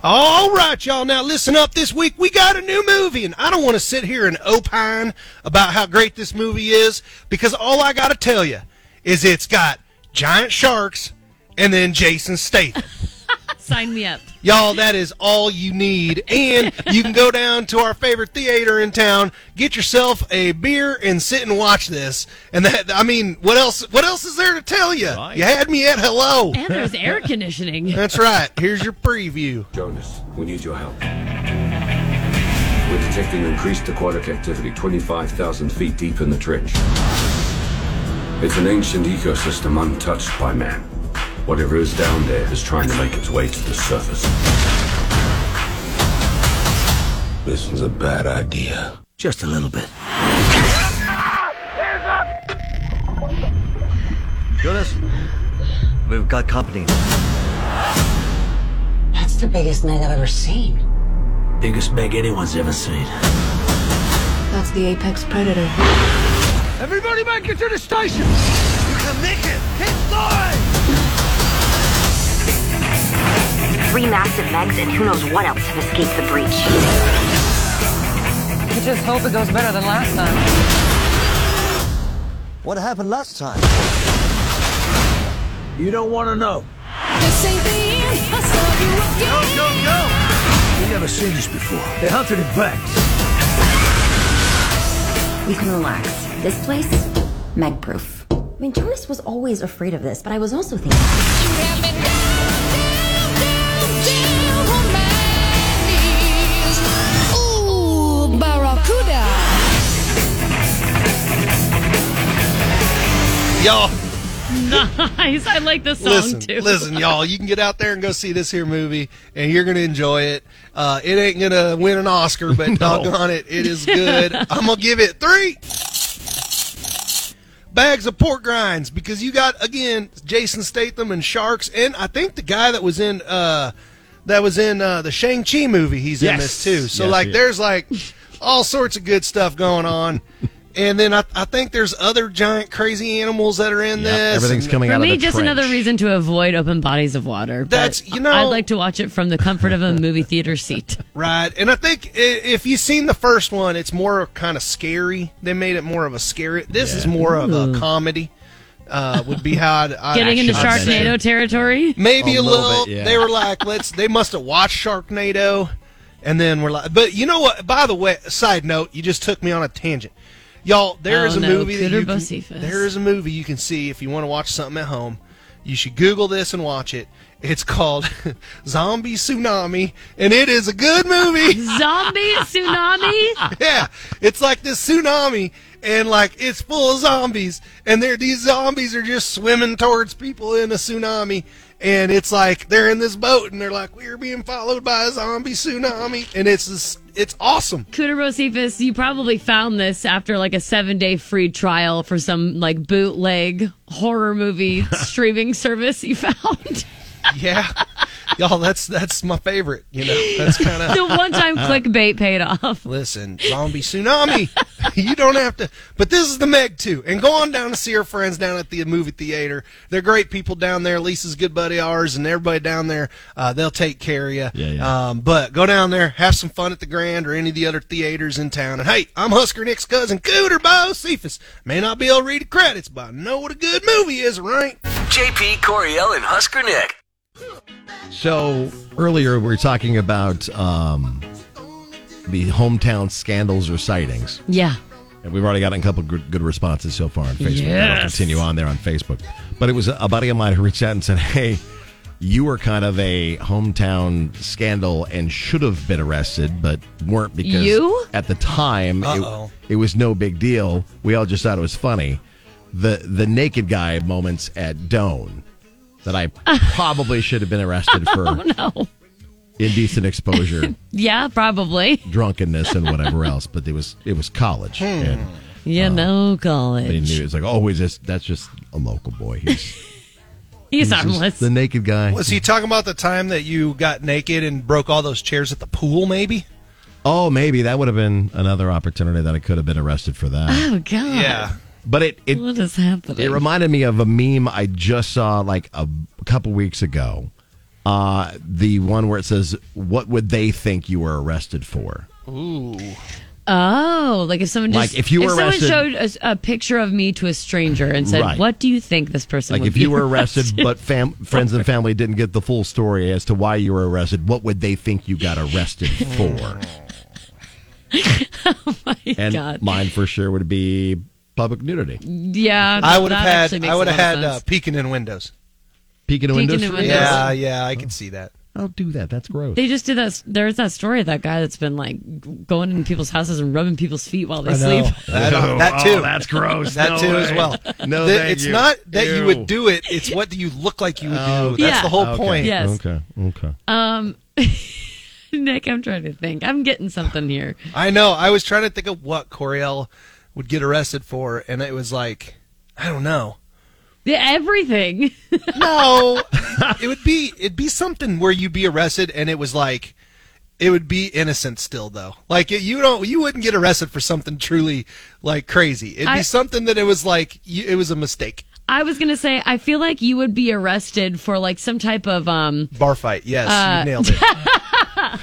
All right, y'all. Now listen up. This week we got a new movie, and I don't want to sit here and opine about how great this movie is because all I got to tell you is it's got giant sharks and then Jason Statham. Sign me up. Y'all, that is all you need. And you can go down to our favorite theater in town, get yourself a beer, and sit and watch this. And that, I mean, what else? What else is there to tell you? You had me at hello. And there's air conditioning. (laughs) That's right. Here's your preview. Jonas, we need your help. We're detecting increased aquatic activity 25,000 feet deep in the trench. It's an ancient ecosystem untouched by man. Whatever is down there is trying to make its way to the surface. This is a bad idea. Just a little bit. Jonas, we've got company. That's the biggest Meg I've ever seen. Biggest Meg anyone's ever seen. That's the apex predator. Everybody make it to the station! You can make it! Keep going! Three massive megs and who knows what else have escaped the breach. You just hope it goes better than last time. What happened last time? You don't want to know. Go, go, go! We've never seen this before. They hunted it back. You can relax. This place, Meg proof. I mean, Jonas was always afraid of this, but I was also thinking. Ooh, Barracuda! Y'all, Nice. I like this song listen, too. listen, y'all. You can get out there and go see this here movie, and you're gonna enjoy it. Uh, it ain't gonna win an Oscar, (laughs) but doggone it, it is good. I'm gonna give it three bags of pork grinds because you got again Jason Statham and sharks, and I think the guy that was in uh, that was in uh, the Shang Chi movie. He's in Yes. this too. So Yes, like, he is. there's like all sorts of good stuff going on. And then I, I think there's other giant crazy animals that are in this. everything's and- coming For me, just another reason to avoid open bodies of water. That's you know- I'd like to watch it from the comfort of a movie theater seat. (laughs) Right, and I think i- if you've seen the first one, it's more kind of scary. They made it more of a scary. This is more of a comedy. Uh, would be how I'd, I'd Getting into I'd say. Sharknado territory. Maybe a, little. They were like, let's. They must have watched Sharknado, and then we're like, but you know what? By the way, side note, you just took me on a tangent, y'all. There Oh, is a no, movie that Cooter you Bocephus. can, there is a movie you can see if you want to watch something at home. You should Google this and watch it. It's called (laughs) Zombie Tsunami, and it is a good movie. (laughs) Zombie tsunami? yeah, it's like this tsunami, and like it's full of zombies, and they're these zombies are just swimming towards people in a tsunami, and it's like they're in this boat, and they're like we're being followed by a zombie tsunami, and it's this, it's awesome. (laughs) Cooter Bocephus, you probably found this after like a seven day free trial for some like bootleg (laughs) horror movie streaming service you found. Yeah, y'all, that's that's my favorite. You know, that's kind of the (laughs) one time clickbait paid off. Listen, zombie tsunami. (laughs) you don't have to. But this is the Meg too. And go on down to see her friends down at the movie theater. They're great people down there. Lisa's good buddy of ours, and everybody down there. Uh, they'll take care of you. Yeah, yeah. Um, but go down there, have some fun at the Grand or any of the other theaters in town. And hey, I'm Husker Nick's cousin, Cooter Bo Cephas. May not be able to read the credits, but I know what a good movie is, right? JP Coriel and Husker Nick. So earlier we were talking about um, the hometown scandals or sightings. Yeah. And we've already gotten a couple good, good responses so far on Facebook. Yes. I'll continue on there on Facebook. But it was a buddy of mine who reached out and said, "Hey, you were kind of a hometown scandal and should have been arrested, but weren't because You? at the time Uh-oh. it, it was no big deal. We all just thought it was funny." The the naked guy moments at Doan that (laughs) I probably should have been arrested for Oh no. indecent exposure, Yeah, probably. drunkenness, and whatever else. But it was it was college, and You know, Oh, they college. knew it's like always. Just, that's just a local boy. (laughs) He's, He's just harmless. The naked guy. Was he talking about the time that you got naked and broke all those chairs at the pool? Maybe. Oh, maybe that would have been another opportunity that I could have been arrested for that. Oh god. Yeah. But it it What is happening? It reminded me of a meme I just saw like a couple weeks ago. Uh, the one where it says, "What would they think you were arrested for?" Ooh. Oh, like if someone just Like, if you were someone arrested- showed a, a picture of me to a stranger and said, Right. "What do you think this person?" Like would if be you were arrested, but fam- friends and for?" family didn't get the full story as to why you were arrested, what would they think you got arrested (laughs) for? and Oh, God. mine for sure would be public nudity, (laughs) yeah, I would have that actually had. makes I would a have lot of had uh, sense. peeking in windows. peeking in Peeking windows. in for windows. you? Yeah, yeah, I can see that. I'll do that. That's gross. They just did that. There's that story of that guy that's been like going in people's houses and rubbing people's feet while they sleep. That, uh, (laughs) Oh, that too. oh, that's (laughs) gross. That No too way. as well. No, That- thank it's you. not that you Ew. would do it. It's what do you look like you would do. That's Yeah. the whole Okay. point. Yes. Okay. Okay. Um, (laughs) Nick, I'm trying to think. I'm getting something here. I know. I was trying to think of what Coriel would get arrested for, and it was like, I don't know. Yeah, everything. (laughs) no, it would be it'd be something where you'd be arrested, and it was like it would be innocent still, though. Like it, you don't you wouldn't get arrested for something truly like crazy. It'd be I- something that it was like you, it was a mistake. I was gonna say, I feel like you would be arrested for like some type of um Bar fight, yes, Uh, you (laughs) nailed it.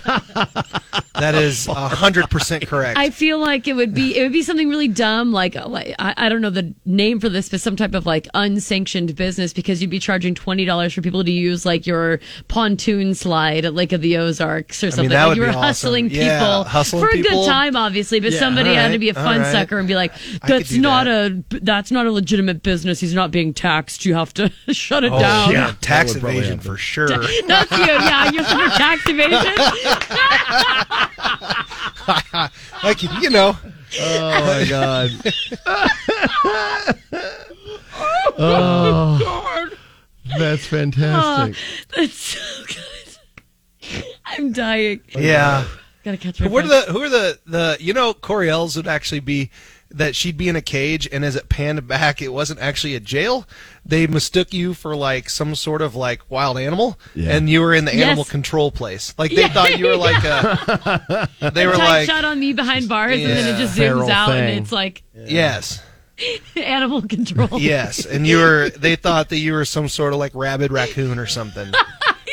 that (laughs) is hundred percent correct. I feel like it would be it would be something really dumb, like uh, like- I, I don't know the name for this, but some type of like unsanctioned business because you'd be charging twenty dollars for people to use like your pontoon slide at Lake of the Ozarks I or mean, something. that like would you were be awesome. hustling people Yeah, hustling for a people. good time, obviously, but Yeah, somebody all had to right, be a all fun right. sucker and be like, "That's not a that's not a legitimate business. He's not being taxed. You have to (laughs) shut it Oh, down." yeah, tax That would probably evasion happen. for sure. (laughs) That's you. Yeah, you're for tax (laughs) evasion. like you know. Oh (laughs) my god. Oh, That's fantastic. that's so good. (laughs) I'm dying. Yeah. Gotta catch my Who are breath. the who are the the you know Coriel's would actually be that she'd be in a cage and as it panned back it wasn't actually a jail they mistook you for like some sort of like wild animal Yeah. and you were in the Yes. animal control place (laughs) like they thought you were like a they were Tight like shot on me behind bars, and then it Yeah. just Feral zooms out, thing. and it's like yes (laughs) animal (laughs) control. yes and you were they thought that you were some sort of like rabid raccoon or (laughs) something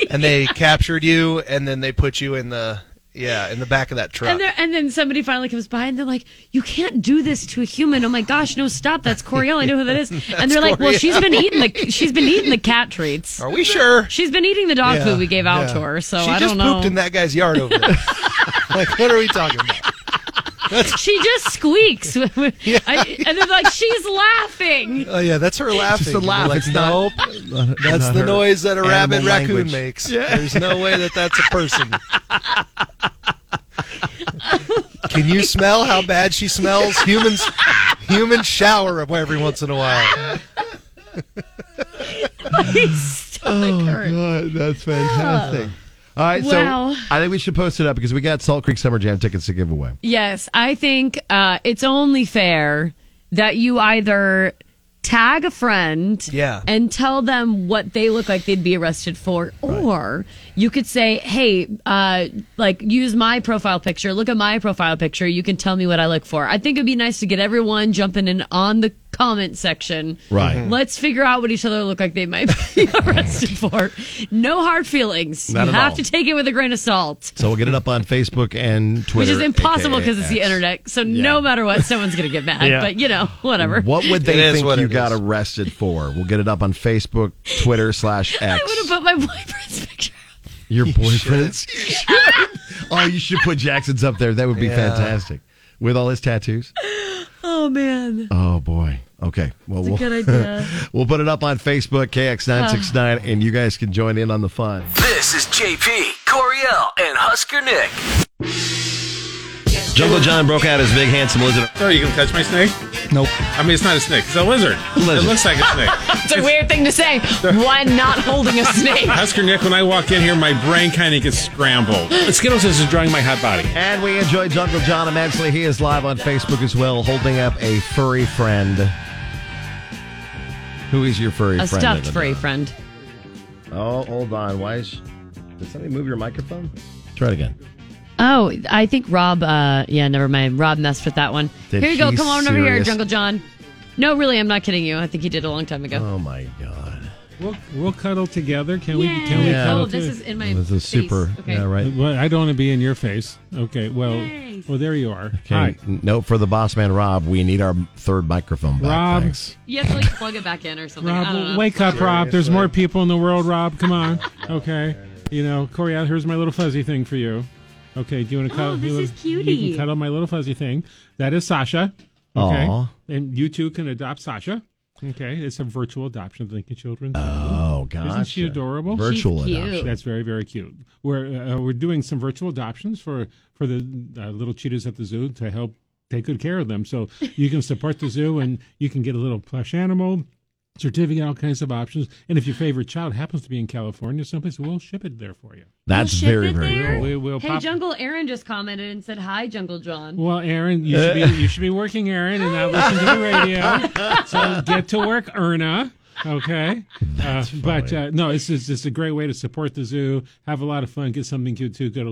and they captured you and then they put you in the yeah in the back of that truck And, there, and then somebody finally comes by and they're like, You can't do this to a human. Oh my gosh, no, stop. That's Coriel. I know who (laughs) that is. And they're like, Well, Coriel." she's been eating the she's been eating the (laughs) cat treats. Are we sure? She's been eating the dog Yeah, food we gave out yeah. to her, so she I just don't know. pooped in that guy's yard over (laughs) there. (laughs) like, what are we talking about? she just squeaks. (laughs) I, and they're like, She's laughing. Oh yeah, that's her laughing. Just a laugh. Like, It's not- nope. not- (laughs) that's not the her noise that a animal rabid raccoon language. makes. Yeah. There's no way that that's a (laughs) person. Can you smell how bad she smells? Humans, humans shower every once in a while. (laughs) (laughs) oh god, that's fantastic. All right, Wow. so I think we should post it up because we got Salt Creek Summer Jam tickets to give away. Yes, I think uh, it's only fair that you either tag a friend Yeah. and tell them what they look like they'd be arrested for, or you could say, hey, uh, like, use my profile picture, look at my profile picture, you can tell me what I look for. I think it'd be nice to get everyone jumping in on the comment section. Right. Mhm. Let's figure out what each other look like they might be (laughs) (laughs) arrested for. No hard feelings. Not you at have all. to take it with a grain of salt. So we'll get it up on Facebook and Twitter, Which is impossible because it's the aka internet. So no matter what, someone's going to get mad. (laughs) Yeah. But you know, whatever. What would they It is think what you it got arrested for? We'll get it up on Facebook, Twitter slash (laughs) (laughs) I X. would have put my boyfriend's picture. (laughs) Your boyfriend's. oh, you should put Jackson's up there. That would be Yeah. fantastic with all his tattoos. Oh man. Oh boy. Okay. Well, It's a we'll, good (laughs) idea. Uh. we'll put it up on Facebook, KX969, and you guys can join in on the fun. This is JP, Coriel, and Husker Nick. Jungle John broke out his big handsome lizard. Oh, you gonna touch my snake? Nope. I mean, it's not a snake. It's a lizard. It looks like a snake. It's a weird thing (laughs) to say. One not holding a snake. Husker Nick, when I walk in here, my brain kind of gets scrambled. Skittles is enjoying my hot body. And we enjoy Jungle John immensely. He is live on Facebook as well, holding up a furry friend. Who is your furry A friend? stuffed Linda? furry friend. Oh, hold on. Why is. Did somebody move your microphone? Try it again. Oh, I think Rob. Uh, yeah, never mind. Rob messed with that one. Did here you go. he? Come on over here, Serious? Jungle John. No, really, I'm not kidding you. I think he did a long time ago. Oh, my God. We'll, we'll cuddle together. Can we? Yay. Can we Yeah. cuddle Oh, this too? is in my This is face. super. Okay. Yeah, right. Well, I don't want to be in your face. Okay. Well. Yay. Oh, Well, there you are. Okay. Hi, n- Note for the boss man, Rob. We need our third microphone back. Rob. Thanks. You have to like plug it back in or something. Uh, I don't Rob. know. Wake up, Rob. There's more people in the world, Rob. Come on. Okay. You know, Corey. Here's my little fuzzy thing for you. Okay. Do you want to cuddle? Oh, this you is wanna- You cutie. can cuddle my little fuzzy thing. That is Sasha. Okay. Aw. And you two can adopt Sasha. Okay. It's a virtual adoption of Lincoln Children's. Oh, God. Isn't she adorable? Virtual adoption. That's very very cute. We're uh, we're doing some virtual adoptions for for the uh, little cheetahs at the zoo to help take good care of them. So you can support the zoo and you can get a little plush animal. Certificate, all kinds of options, and if your favorite child happens to be in California, someplace, we'll ship it there for you. That's Ship very, it very there. cool. We will Hey, pop- Jungle Aaron just commented and said, "Hi, Jungle John." Well, Aaron, you Uh. should (laughs) be you should be working, Aaron, and not listen to the radio. So get to work, Erna. Okay, uh, but uh, no, it's just, it's a great way to support the zoo. Have a lot of fun. Get something good too. Go to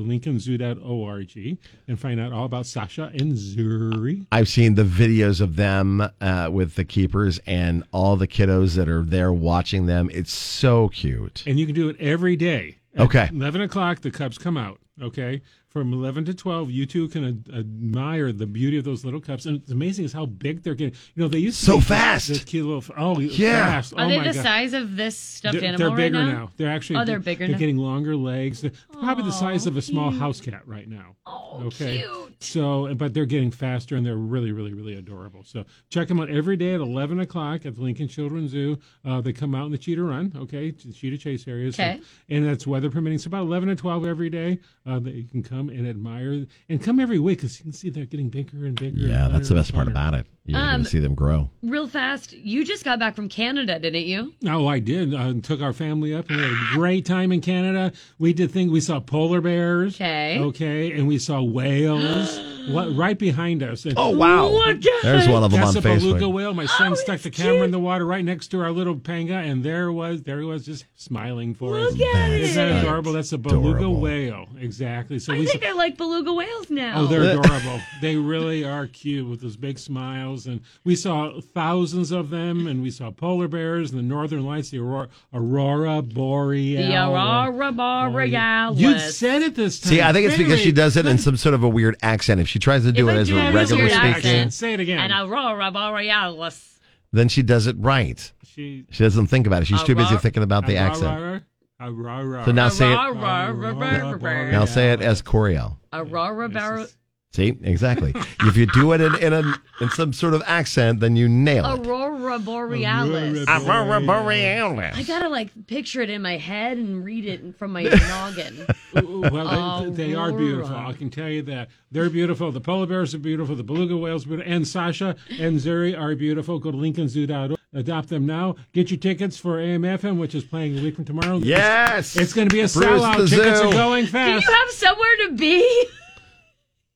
lincolnzoo.org and find out all about Sasha and Zuri. I've seen the videos of them uh, with the keepers and all the kiddos that are there watching them. It's so cute. And you can do it every day. At Okay. 11 o'clock, the cubs come out. Okay. From 11 to 12, you two can ad- admire the beauty of those little cups. And it's amazing is how big they're getting. You know, they used to So be fast. Those cute little, oh, Yeah. fast. Are oh they my the God. size of this stuffed they're, animal they're bigger right now? now? They're actually Oh, they're bigger They're now. getting longer legs. They're probably the size of a small house cat right now. Oh, okay. Cute. So, but they're getting faster and they're really, really, really adorable. So check them out every day at eleven o'clock at the Lincoln Children's Zoo. Uh, they come out in the cheetah run, okay, to the cheetah chase areas. Okay. And, that's weather permitting. It's about eleven to twelve every day uh, that you can come and admire and come every week because you can see they're getting bigger and bigger. and Yeah, better that's the and best part funner. about it. You're going Um, to see them grow. Real fast, you just got back from Canada, didn't you? No, Oh, I did. I took our family up. and We had a great time in Canada. We did things. We saw polar bears. Okay. Okay. And we saw (gasps) whales. what, right behind us. And- Oh, wow. Look at There's one of them on That's a beluga Facebook. whale. My Oh, son stuck the camera in the water right next to our little panga, and there was. There he was, just smiling for us. Look at Isn't that it. adorable? That's a beluga Adorable. whale. Exactly. So I we saw- think I like beluga whales now. Oh, (laughs) they're adorable. they really are cute with those big smiles. And we saw thousands of them, and we saw polar bears and the northern lights, the aurora, aurora borealis. The aurora borealis. You said it this time. See, I think it's because she Very- does it in some sort of a weird accent. If she tries to do it as do a it regular with your speaking, accent, Say it again. An aurora borealis. then she does it right. She, she doesn't think about it. She's too busy Aurora- thinking about the Aurora- accent. Aurora. So now say it- Aurora borealis. Now say it as Coriel. Aurora borealis. See, exactly. if you do it in, in, a, in some sort of accent, then you nail it. Aurora borealis. Aurora borealis. I gotta like picture it in my head and read it (laughs) from my noggin. Ooh, well, Oh, they, they are beautiful. I can tell you that they're beautiful. The polar bears are beautiful. The beluga whales are beautiful. And Sasha and Zuri are beautiful. Go to LincolnZoo.org. Adopt them now. Get your tickets for AMFM, which is playing a week from tomorrow. Yes! it's going to be a Bruce sellout. the Tickets Zoo. are going Do fast. you have somewhere to be?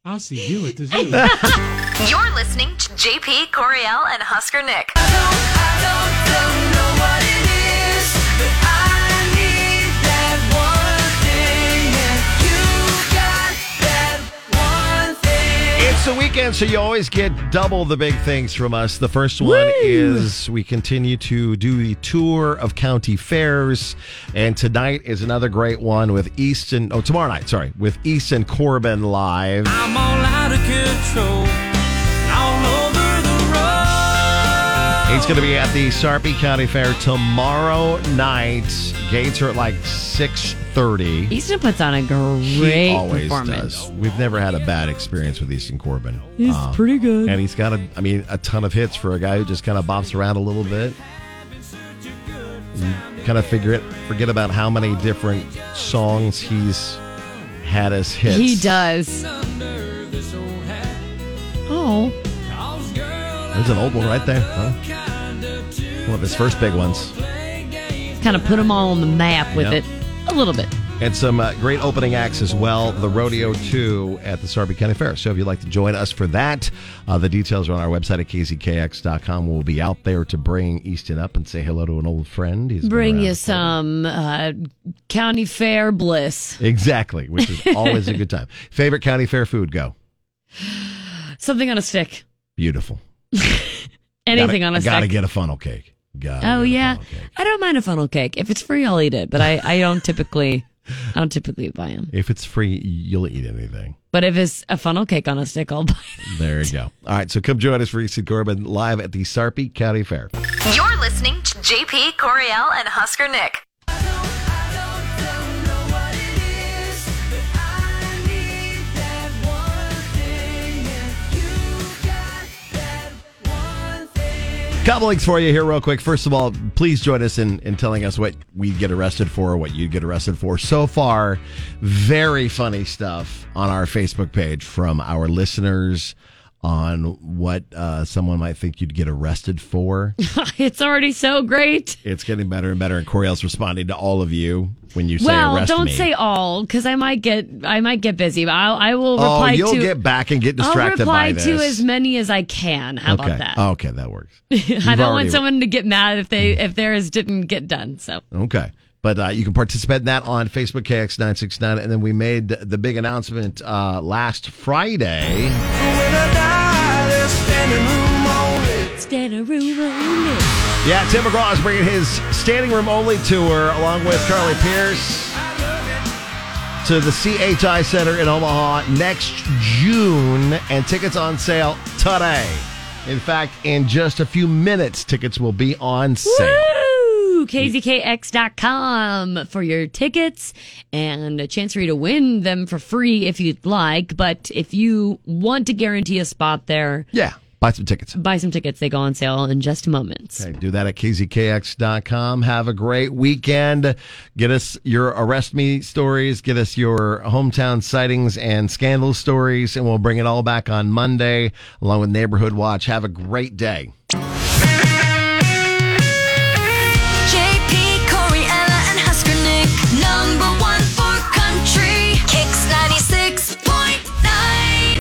I'll see you at the zoo. You're listening to JP Coriel and Husker Nick. It's the weekend, so you always get double the big things from us. The first one is we continue to do the tour of county fairs, and tonight is another great one with Easton. Oh, tomorrow night, sorry, with Easton Corbin live. I'm all out of control. All over the road. He's going to be at the Sarpy County Fair tomorrow night. Gates are at like six thirty. Easton puts on a He great always performance. does. We've never had a bad experience with Easton Corbin. Um, He's pretty good. and he's got a, I mean, a ton of hits for a guy who just kind of bops around a little bit. Kind of figure it, forget about how many different songs he's had as hits. He does. Oh. There's an old one right there. huh? One of his first big ones. Kind of put them all on the map with Yep. it. A little bit. And some uh, great opening acts as well. The Rodeo 2 at the Sarpy County Fair. So if you'd like to join us for that, uh, the details are on our website at kzkx.com. We'll be out there to bring Easton up and say hello to an old friend. He's been Bring around. you some uh, county fair bliss. Exactly, which (laughs) is always a good time. Favorite county fair food? Go. Something on a stick. Beautiful. Anything gotta, on a Gotta stick. get a funnel cake. Got oh yeah, I don't mind a funnel cake if it's free. I'll eat it, but I, I don't typically I don't typically buy them. If it's free, you'll eat anything. But if it's a funnel cake on a stick, I'll (laughs) buy. It. There you go. All right, so come join us for Easton Corbin live at the Sarpy County Fair. You're listening to JP Coriel and Husker Nick. Couple links for you here, real quick. First of all, please join us in, in telling us what we get arrested for, what you get arrested for. So far, very funny stuff on our Facebook page from our listeners on what uh, someone might think you'd get arrested (laughs) for. it's already so great. it's getting better and better, and Coriel's responding to all of you when you say well, arrest don't me. say all because I might get I might get busy. But I'll, I will oh, reply you'll to. get back and get distracted I'll reply by this. to as many as I can. How okay. Oh, about that? Okay, that works. (laughs) You've (laughs) I already- don't Mm. want someone to get mad if they if theirs didn't get done. So Okay. But uh, you can participate in that on Facebook, KX969. And then we made the big announcement uh, last Friday. stand a room Yeah, Tim McGraw is bringing his standing room only tour along with Charlie Pierce to the CHI Center in Omaha next June, and tickets on sale today. In fact, in just a few minutes, tickets will be on sale. Woo! KZKX.com for your tickets and a chance for you to win them for free if you'd like. But if you want to guarantee a spot there, yeah, buy some tickets. Buy some tickets. They go on sale in just moments. Okay, do that at kzkx.com. Have a great weekend. Get us your arrest me stories, get us your hometown sightings and scandal stories, and we'll bring it all back on Monday along with Neighborhood Watch. Have a great day.